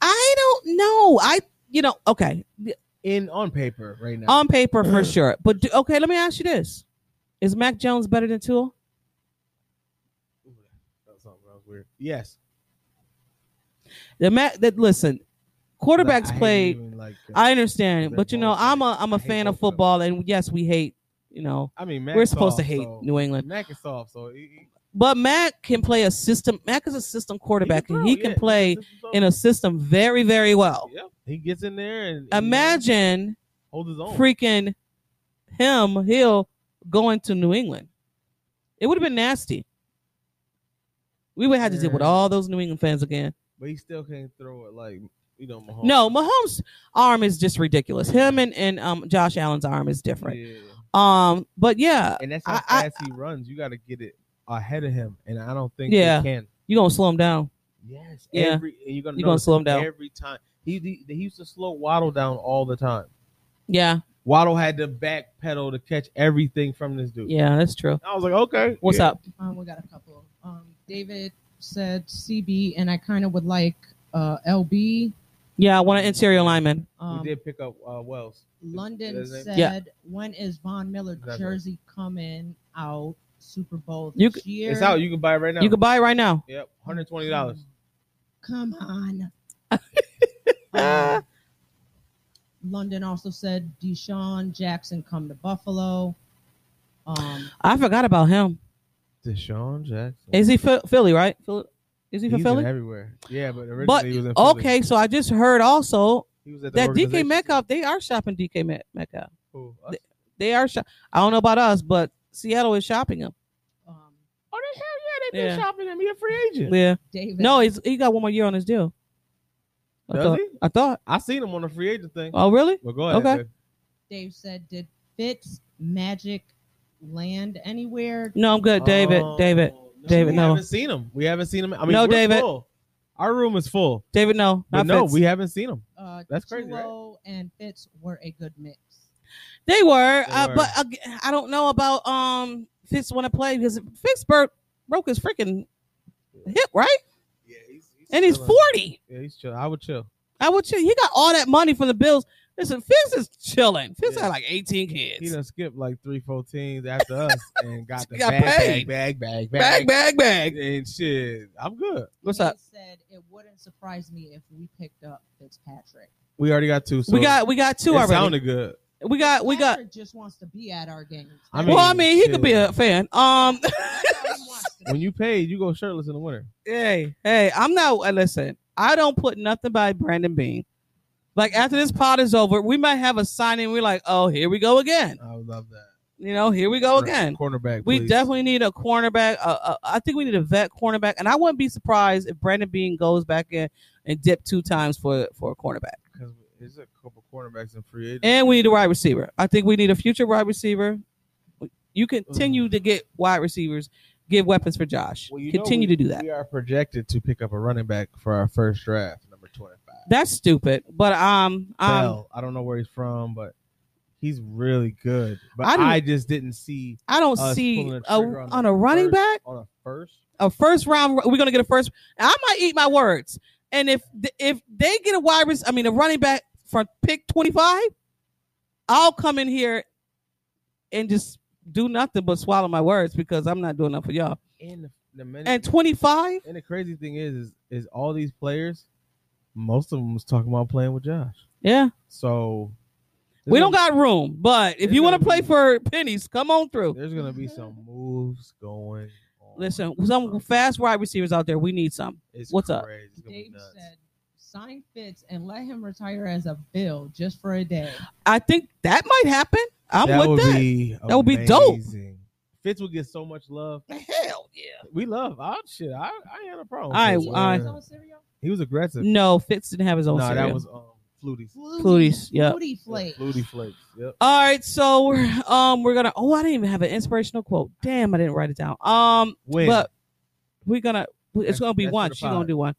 S2: I don't know. I, you know, okay, Mm.
S3: in on paper right now.
S2: on paper for sure. But do, okay, let me ask you this: Is Mac Jones better than Tool?
S3: Ooh, that was something that was weird. Yes,
S2: The Mac that listen, quarterbacks
S3: I hate
S2: played.
S3: even, like, uh,
S2: I understand,
S3: They're
S2: but you know,
S3: both
S2: I'm a
S3: like-
S2: I'm a
S3: I hate
S2: fan of
S3: both of them.
S2: football, and yes, we hate. You know,
S3: I mean, Mac
S2: we're supposed to
S3: soft,
S2: hate
S3: so-
S2: New England,
S3: Mac is soft, so he- he,
S2: but Mac can play a system. Mac is a system quarterback, and he can play in a system very, very well.
S3: He gets in there and and
S2: imagine
S3: hold his own.
S2: freaking him Hill going to New England. It would have been nasty. We would have to deal with
S3: Yeah.
S2: all those New England fans again.
S3: but he still can't throw it like you know Mahomes.
S2: No, Mahomes' arm is just ridiculous. Him and, and um Josh Allen's arm is different.
S3: Yeah.
S2: Um, but yeah,
S3: and that's how
S2: I- I-
S3: fast he runs. You got to get it ahead of him, and I don't think
S2: Yeah.
S3: they can.
S2: you gonna slow him down.
S3: Yes,
S2: Yeah.
S3: Every, and you're gonna
S2: You gonna
S3: notice
S2: slow him down.
S3: every time. He, he he used to slow Waddle down all the time.
S2: Yeah,
S3: Waddle had to back pedal to catch everything from this dude.
S2: yeah, that's true.
S3: I was like, okay,
S2: What's
S3: yeah.
S2: up?
S4: Um, we got a couple. Um, David said CB, and I kind of would like uh, LB.
S2: Yeah, I want an interior lineman.
S4: Um,
S3: we did pick up uh, Wells.
S4: London
S3: Is it-
S4: said,
S2: Yeah.
S4: "When is Von Miller
S3: Exactly.
S4: jersey coming out? Super Bowl
S2: You
S4: this year?
S3: It's out. You can buy it right now.
S2: You can buy it right now.
S3: Yep, hundred twenty dollars.
S4: Oh, Come on." Um, London also said, "Deshaun Jackson come to Buffalo." Um,
S2: I forgot about him.
S3: Deshaun Jackson.
S2: Is he Phil- Philly, right? Phil- is he
S3: He's
S2: from
S3: in
S2: Philly?
S3: everywhere? Yeah, but originally
S2: But
S3: he was in Philly.
S2: okay, so I just heard also
S3: He was at the
S2: that DK
S3: organization.
S2: Metcalf, they are shopping DK Met- Metcalf.
S3: Who, us?
S2: They are shop. I don't know about us, but Seattle is shopping him.
S4: um,
S3: Oh, they hell yeah, they
S2: Yeah.
S3: did shopping him. He a free agent.
S2: Yeah.
S4: David,
S2: No, he's, he got one more year on his deal. I
S3: Does
S2: thought,
S3: he?
S2: I thought.
S3: I seen him on the free agent thing.
S2: Oh, really?
S3: But go ahead.
S2: okay.
S3: babe.
S4: Dave said, "Did Fitz Magic land anywhere?"
S2: No, I'm good. David,
S3: Oh,
S2: David, David,
S3: We
S2: no.
S3: haven't seen him. We haven't seen him. I mean,
S2: No,
S3: we're
S2: David.
S3: Full. Our room is full.
S2: David, no.
S3: But
S2: Not
S3: no,
S2: Fitz.
S3: we haven't seen him.
S4: Uh,
S3: That's crazy, right?
S4: Chuo and Fitz were a good mix.
S2: They were,
S3: They
S2: uh,
S3: were.
S2: but ag- I don't know about um Fitz want to play because Fitz broke broke his freaking hip, right?
S3: Yeah, he's, he's
S2: And he's forty.
S3: Yeah, he's chill. I would chill.
S2: I would chill. He got all that money from the Bills. Listen, Fitz is chilling. Fitz
S3: Yeah.
S2: had like eighteen
S3: He
S2: kids.
S3: done skipped like three four teams after us and got the
S2: Got
S3: bag,
S2: paid.
S3: bag, bag, bag,
S2: Bag, bag, bag.
S3: and shit. I'm good.
S2: What's
S4: He
S2: up?
S4: Said it wouldn't surprise me if we picked up Fitzpatrick.
S3: We already got two. So
S2: we got we got two
S3: it
S2: already.
S3: Sounded good.
S2: we got we got.
S4: Fitzpatrick just wants to be at our games.
S3: I
S2: well, I mean, he
S3: shit.
S2: could be a fan. Um,
S4: That's all he wants to do.
S3: When you paid, you go shirtless in the winter.
S2: hey, hey, I'm not. uh, Listen, I don't put nothing by Brandon Bean. Like after this pod is over, we might have a signing. We're like, oh, here we go again.
S3: I would love that.
S2: You know, here we go again.
S3: Cornerback.
S2: We
S3: please.
S2: definitely need a cornerback. Uh, uh, I think we need a vet cornerback, and I wouldn't be surprised if Brandon Bean goes back in and dip two times for for a cornerback.
S3: 'Cause there's a couple cornerbacks in free agent.
S2: And we need a wide receiver. I think we need a future wide receiver. You continue to get wide receivers, give weapons for Josh.
S3: Well, you know
S2: continue
S3: we-
S2: to do that.
S3: We are projected to pick up a running back for our first draft, number twenty-five.
S2: That's stupid, but um, um
S3: Bell. I don't know where he's from, but he's really good. But
S2: I didn't-
S3: I, just didn't see
S2: I don't
S3: us
S2: see
S3: pulling the
S2: a,
S3: trigger
S2: on,
S3: on
S2: a
S3: the
S2: running
S3: first-
S2: back
S3: on a first.
S2: a first round. We're gonna get a first. I might eat my words. And if if they get a wide, rec- I mean a running back for pick twenty five, I'll come in here and just do nothing but swallow my words because I'm not doing that for y'all.
S3: And the, the minute,
S2: And twenty five,
S3: and the crazy thing is, is, is all these players, most of them was talking about playing with Josh.
S2: yeah,
S3: So
S2: we don't got room. But if
S3: There's
S2: you want to
S3: gonna
S2: play
S3: be-
S2: for pennies, come on through.
S3: There's gonna be some moves going. on.
S2: Listen, some fast wide receivers out there, we need some.
S3: It's
S2: what's up?
S3: crazy. It's gonna be
S4: Dave
S3: nuts.
S4: said, sign Fitz and let him retire as a bill just for a day.
S2: I think that might happen. I'm
S3: that would
S2: with that.
S3: be
S2: That would be dope.
S3: amazing. Fitz would get so much love.
S2: Hell yeah.
S3: We love. I shit. I, I ain't had a problem.
S2: I-
S3: with Fitz,
S2: I-
S3: man. he was aggressive.
S2: No, Fitz didn't have his
S3: No,
S2: own.
S3: nah,
S2: cereal.
S3: that was um Flutie's.
S2: Flutie's, yeah.
S4: Flutie flakes.
S3: Flutie flakes. Yep.
S2: All right, so we're um we're gonna oh I didn't even have an inspirational quote. Damn, I didn't write it down. Um
S3: When?
S2: but we're gonna it's
S3: That's-
S2: gonna be
S3: that's
S2: one.
S3: for the
S2: She's gonna
S3: pod.
S2: do one.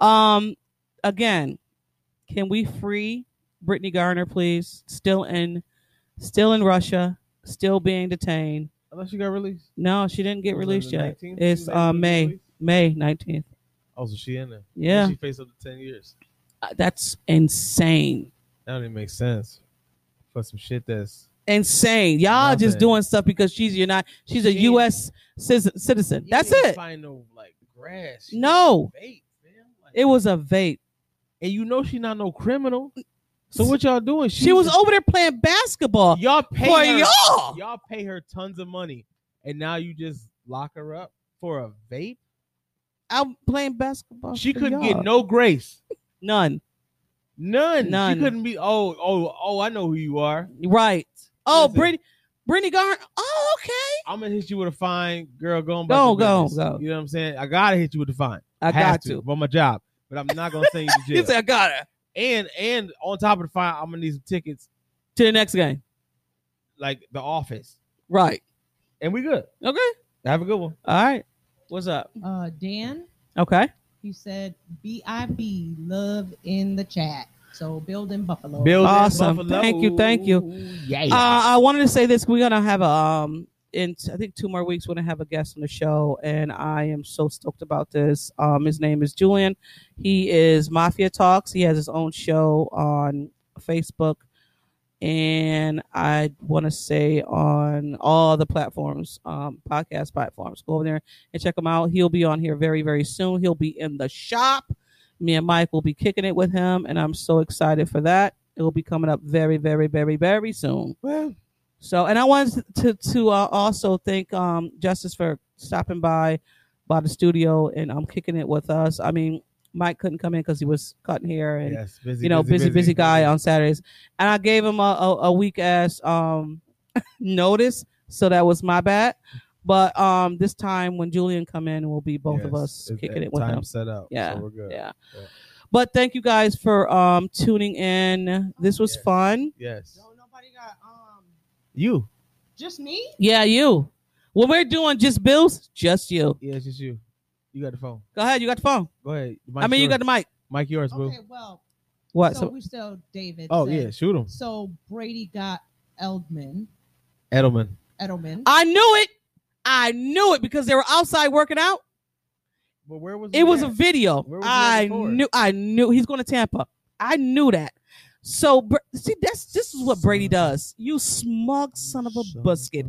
S2: Um again, can we free Brittany Garner, please? Still in still in Russia, still being detained.
S3: Unless she got released.
S2: No, she didn't get
S3: Was it
S2: released
S3: the
S2: yet.
S3: 19th?
S2: It's
S3: She was
S2: uh
S3: able to get
S2: May.
S3: released?
S2: May nineteenth.
S3: Oh, so she in there.
S2: Yeah.
S3: She faced up to ten years.
S2: Uh, That's insane.
S3: That don't even make sense. For some shit that's
S2: Insane. Y'all just
S3: Nothing.
S2: doing stuff because she's you're not she's a
S3: She-
S2: US citizen- citizen.
S3: You
S2: That's
S3: didn't
S2: it.
S3: Find no like grass. She
S2: No.
S3: was a vape, man. Like-
S2: It was a vape.
S3: and you know she not no criminal. So what y'all doing?
S2: She was over there playing basketball
S3: y'all pay
S2: for
S3: her,
S2: y'all.
S3: y'all pay her tons of money, and now you just lock her up for a vape.
S2: I'm playing basketball.
S3: She
S2: Oh, for
S3: couldn't
S2: y'all.
S3: get no grace,
S2: none.
S3: none.
S2: None.
S3: She couldn't be. Oh, oh, oh! I know who you are.
S2: Right. Oh,
S3: Listen.
S2: Brittany, Brittany Garn. Oh, okay.
S3: I'm gonna hit you with a fine, girl. Go on,
S2: Go,
S3: about your
S2: go,
S3: business.
S2: go.
S3: You know what I'm saying? I gotta hit you with a fine.
S2: I
S3: Have
S2: got
S3: to
S2: to.
S3: for my job, but I'm not gonna send you
S2: You
S3: to
S2: said
S3: jail.
S2: I got her
S3: and and on top of the fine, I'm gonna need some tickets
S2: to the next game.
S3: like the office,
S2: Right.
S3: and we good.
S2: Okay.
S3: Have a good one.
S2: All right. What's up?
S4: Uh, Dan,
S2: Okay.
S4: he said, B.I.B. love in the chat. So building Buffalo.
S3: Building
S2: Awesome.
S3: Buffalo.
S2: Thank you, thank you.
S3: Yeah.
S2: Uh, I wanted to say this. We're gonna have a um in I think two more weeks we're gonna have a guest on the show, and I am so stoked about this. Um, his name is Julian. He is Mafia Talks. He has his own show on Facebook, and I want to say on all the platforms, um, podcast platforms. Go over there and check him out. He'll be on here very very soon. He'll be in the shop. Me and Mike will be kicking it with him, and I'm so excited for that. It will be coming up very very very very soon.
S3: Well,
S2: So, and I wanted to to uh, also thank um, Justice for stopping by by the studio and um kicking it with us. I mean, Mike couldn't come in because he was cutting hair and
S3: yes, busy,
S2: you know busy, busy guy on Saturdays, and I gave him a a, a weak ass um notice, so that was my bad. But um this time when Julian come in, we'll be both of
S3: Yes,
S2: us
S3: it's-
S2: kicking
S3: it's
S2: it with
S3: time
S2: him.
S3: set up.
S2: Yeah,
S3: so we're good.
S2: Yeah.
S3: Yeah.
S2: But thank you guys for um tuning in. This was
S3: Yes.
S2: fun.
S3: Yes,
S4: No, nobody got um.
S3: you.
S4: Just me?
S2: Yeah, you. When we're doing just bills, just you.
S3: Yeah, it's just you. You got the phone.
S2: Go ahead, you got the phone.
S3: Go ahead.
S2: I mean, you got the mic.
S3: Mike yours, boo.
S4: Okay, well,
S2: What?
S4: so,
S2: So,
S4: we still David.
S3: Oh
S4: said-
S3: yeah, shoot him,
S4: So Brady got Eldman,
S3: Edelman.
S4: Edelman.
S2: I knew it. I knew it because they were outside working out.
S3: But where was
S2: It was a
S3: at?
S2: video.
S3: Where was he at
S2: I
S3: before?
S2: knew. I knew he's going to Tampa. I knew that. So Br- see, that's this is what Brady
S3: Son of-
S2: does. You smug son of a
S3: Son
S2: biscuit.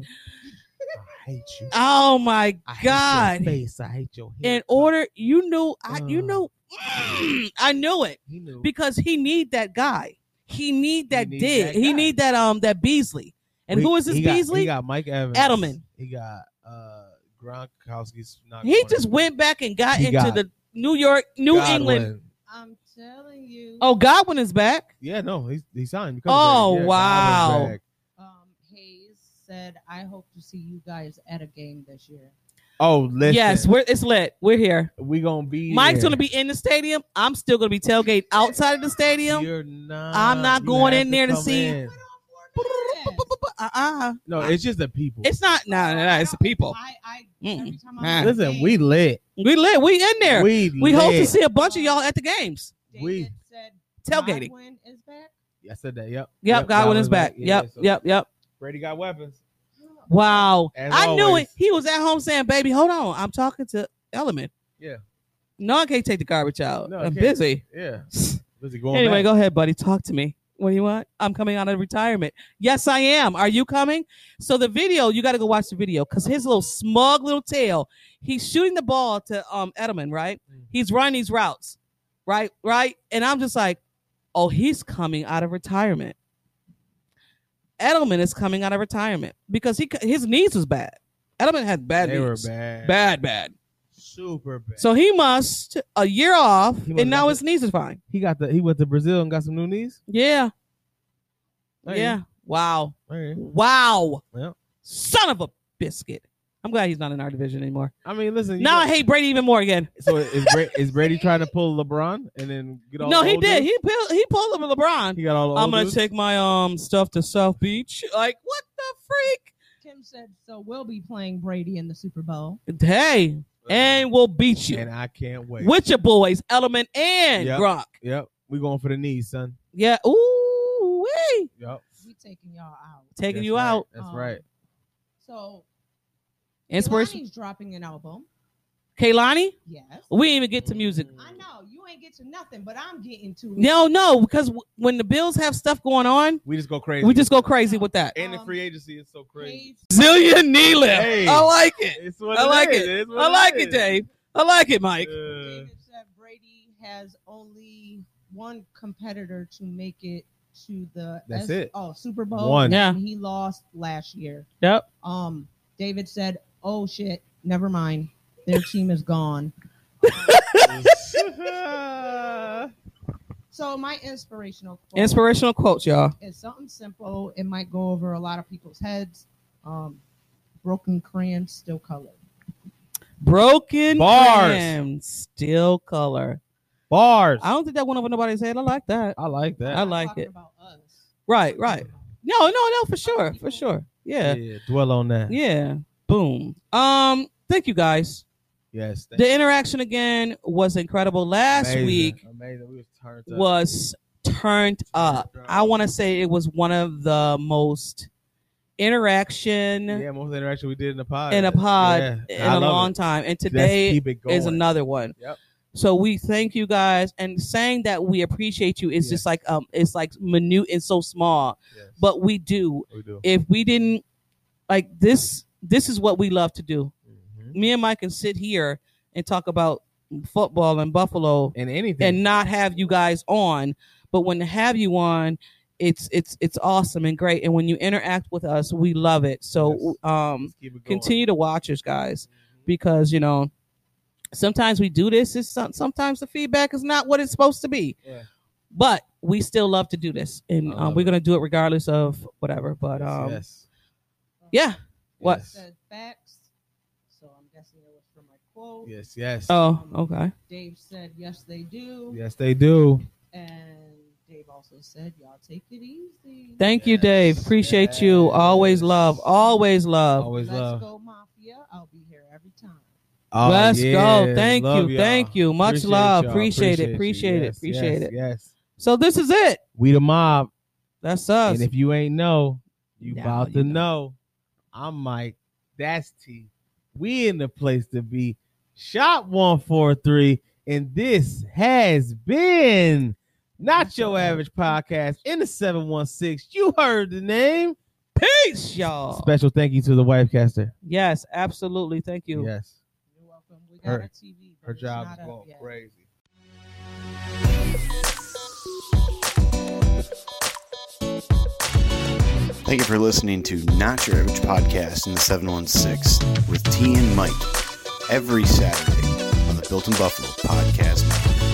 S3: I hate you.
S2: Oh my
S3: I hate your
S2: god!
S3: face. Uh. I hate your.
S2: In
S3: haircut.
S2: order, you knew. I you
S3: Ugh.
S2: know. I knew it
S3: he knew.
S2: because he need that guy. He need that
S3: need
S2: dig.
S3: that
S2: he
S3: guy.
S2: need that um that Beasley. And
S3: We-
S2: who is this
S3: he got-
S2: Beasley?
S3: he got Mike Evans.
S2: Edelman.
S3: He got uh Gronkowski's. not
S2: He
S3: going.
S2: just went back and got
S3: He
S2: into
S3: got
S2: the New York, New
S3: Godwin.
S2: England.
S4: I'm telling you.
S2: Oh, Godwin is back.
S3: Yeah, no, he's he signed. because
S2: Oh,
S3: of that. Yeah,
S2: wow.
S3: Godwin's back.
S4: Um, Hayes said, "I hope to see you guys at a game this year."
S3: Oh, listen.
S2: Yes, we're it's lit. We're here.
S3: we gonna be.
S2: Mike's
S3: there.
S2: gonna be in the stadium. I'm still gonna be tailgate outside of the stadium.
S3: You're not.
S2: I'm not
S3: You
S2: going
S3: have
S2: in there to
S3: come
S2: see-
S3: in.
S2: Uh uh
S3: No, it's just the people.
S2: It's not. Nah, nah, nah, it's the people. Mm.
S4: I, I
S2: Mm-mm.
S4: every time
S2: Nah.
S4: I'm
S3: listen. We lit.
S2: We lit. We in there. We,
S3: We
S2: hope to
S3: lit.
S2: see a bunch of y'all at the games.
S3: we-
S4: said
S2: Tailgating.
S4: Godwin is back.
S3: I said that. Yep.
S2: Yep, Godwin is
S3: Godwin's
S2: back.
S3: Yeah,
S2: yep,
S3: so
S2: yep, yep.
S3: Brady got weapons.
S2: Wow.
S3: As
S2: I knew
S3: always.
S2: it. He was at home saying, baby, hold on. I'm talking to Element.
S3: Yeah.
S2: No, I can't take the garbage out.
S3: No, I
S2: I'm
S3: can't.
S2: busy.
S3: Yeah. Busy going.
S2: anyway,
S3: back.
S2: go ahead, buddy. Talk to me. What do you want? I'm coming out of retirement. Yes, I am. Are you coming? So the video, you got to go watch the video because his little smug little tail. He's shooting the ball to um Edelman, right?
S3: Mm.
S2: He's running these routes, right, right. And I'm just like, oh, he's coming out of retirement. Edelman is coming out of retirement because he c- his knees was bad. Edelman had bad
S3: They were
S2: knees,
S3: bad.
S2: bad, bad.
S3: Super bad.
S2: So he must a year off,
S3: He must
S2: and now
S3: have-
S2: his knees are fine.
S3: he got the he went to Brazil and got some new knees.
S2: Yeah,
S3: Hey.
S2: yeah. Wow.
S3: Hey.
S2: Wow.
S3: Yeah.
S2: Son of a biscuit. I'm glad he's not in our division anymore.
S3: I mean, listen. you
S2: now I
S3: got-
S2: hate Brady even more again.
S3: So is, Bra- is Brady trying to pull LeBron and then get all?
S2: No,
S3: the
S2: he
S3: old
S2: did.
S3: dudes?
S2: He pulled, he pulled him with LeBron.
S3: He got all. The
S2: I'm
S3: old
S2: gonna
S3: dudes?
S2: take my um stuff to South Beach. Like what the
S4: Kim said, "So we'll be playing Brady in the Super Bowl."
S2: freak? Hey, and we'll beat you
S3: and I can't wait.
S2: with your boys, Element and
S3: Yep.
S2: Gronk.
S3: Yep, we going for the knees, son.
S2: Yeah. Ooh, wee.
S3: Yep,
S4: We taking y'all out.
S2: Taking
S3: That's
S2: you
S3: right.
S2: out.
S3: That's
S4: Um,
S3: right.
S4: So
S2: Inspiration.
S4: Jelani's dropping an album.
S2: Kaylani.
S4: Yes.
S2: We didn't even get to music.
S4: I know you ain't get to nothing, but I'm getting to it.
S2: No, no, because w- when the Bills have stuff going on,
S3: We just go crazy.
S2: we just go crazy with that.
S3: and the
S4: Um,
S3: free agency is so crazy.
S4: Paige
S2: Zillion Nealon.
S3: Hey.
S2: I like it.
S3: It's what
S2: I like
S3: is.
S2: it.
S3: It's what
S2: I like it,
S3: is.
S2: Dave. I like it, Mike.
S3: Yeah.
S4: David said Brady has only one competitor to make it to the
S3: That's it.
S4: Oh, Super Bowl.
S3: One.
S2: Yeah.
S4: And he lost last year.
S2: Yep.
S4: Um, David said, "Oh shit, never mind. Their team is gone." So my inspirational quote
S2: Inspirational quotes, y'all.
S4: is something simple. It might go over a lot of people's heads. Um, broken crayon, still colored.
S2: Broken
S3: Bars.
S2: crayon, still color.
S3: Bars.
S2: I don't think that went over nobody's head. I like that.
S3: I like that.
S2: I like
S4: Talking
S2: it.
S4: about us.
S2: Right, right. No, no, no, for sure, for sure. Yeah,
S3: yeah, dwell on that.
S2: yeah. Boom. Um, thank you guys.
S3: Yes. thank
S2: The interaction again was incredible. Last
S3: Amazing,
S2: week uh,
S3: amazing. We was turned up.
S2: was turned up. I want to say it was one of the most interaction
S3: Yeah, most of the interaction we did in the pod.
S2: in a pod
S3: Yeah.
S2: in
S3: I
S2: a
S3: love
S2: long
S3: it.
S2: time. And
S3: Let's
S2: today
S3: keep it going.
S2: is another one.
S3: Yep.
S2: So we thank you guys, and saying that we appreciate you is
S3: Yeah.
S2: just like um, it's like minute and so small,
S3: Yes,
S2: but we do.
S3: we do.
S2: If we didn't like this, this is what we love to do.
S3: Mhm.
S2: Me and Mike can sit here and talk about football and Buffalo
S3: And anything.
S2: and not have you guys on, but when to have you on, it's it's it's awesome and great. And when you interact with us, we love it. So um,
S3: Let's keep it going.
S2: continue to watch us guys
S3: Mhm.
S2: because you know sometimes we do this it's some, sometimes the feedback is not what it's supposed to be
S3: Yeah.
S2: but we still love to do this and
S3: I
S2: um,
S3: love
S2: we're
S3: it.
S2: gonna do it regardless of whatever but
S3: Yes,
S2: um
S3: yes.
S2: yeah what?
S3: Yes.
S4: Said facts. So I'm guessing it was from my quote.
S3: Yes, yes.
S2: oh okay
S4: Dave said, yes, they do.
S3: Yes, they do.
S4: And Dave also said, y'all take it easy.
S2: thank you
S3: Yes,
S2: dave appreciate you always
S3: yes. Oh,
S2: love always love
S3: Always
S4: Let's
S3: love.
S4: go, Mafia. I'll be here every time.
S3: Oh,
S2: Let's
S3: yeah.
S2: go. Thank
S3: Love
S2: you.
S3: y'all.
S2: Thank you. Much
S3: Appreciate
S2: love.
S3: y'all.
S2: Appreciate it.
S3: you.
S2: Appreciate it. Appreciate
S3: yes,
S2: it.
S3: Yes.
S2: so this is it
S3: We the mob.
S2: that's us
S3: And if you ain't know, you
S2: Now
S3: about
S2: you
S3: to
S2: know.
S3: know. I'm Mike. That's T. We in the place to be. Shot 143. And this has been Not Your Average Podcast in the 716. You heard the name.
S2: peace y'all
S3: Special thank you to the wife
S2: yes absolutely thank you
S3: Yes.
S4: You're welcome. We got
S3: Her-
S4: our TV. but
S3: Her
S4: it's
S3: job's
S4: not up
S3: going
S4: yet.
S3: crazy.
S1: Thank you for listening to Not Your Average Podcast in the oh 716 with T and Mike every Saturday on the Built in Buffalo Podcast Network.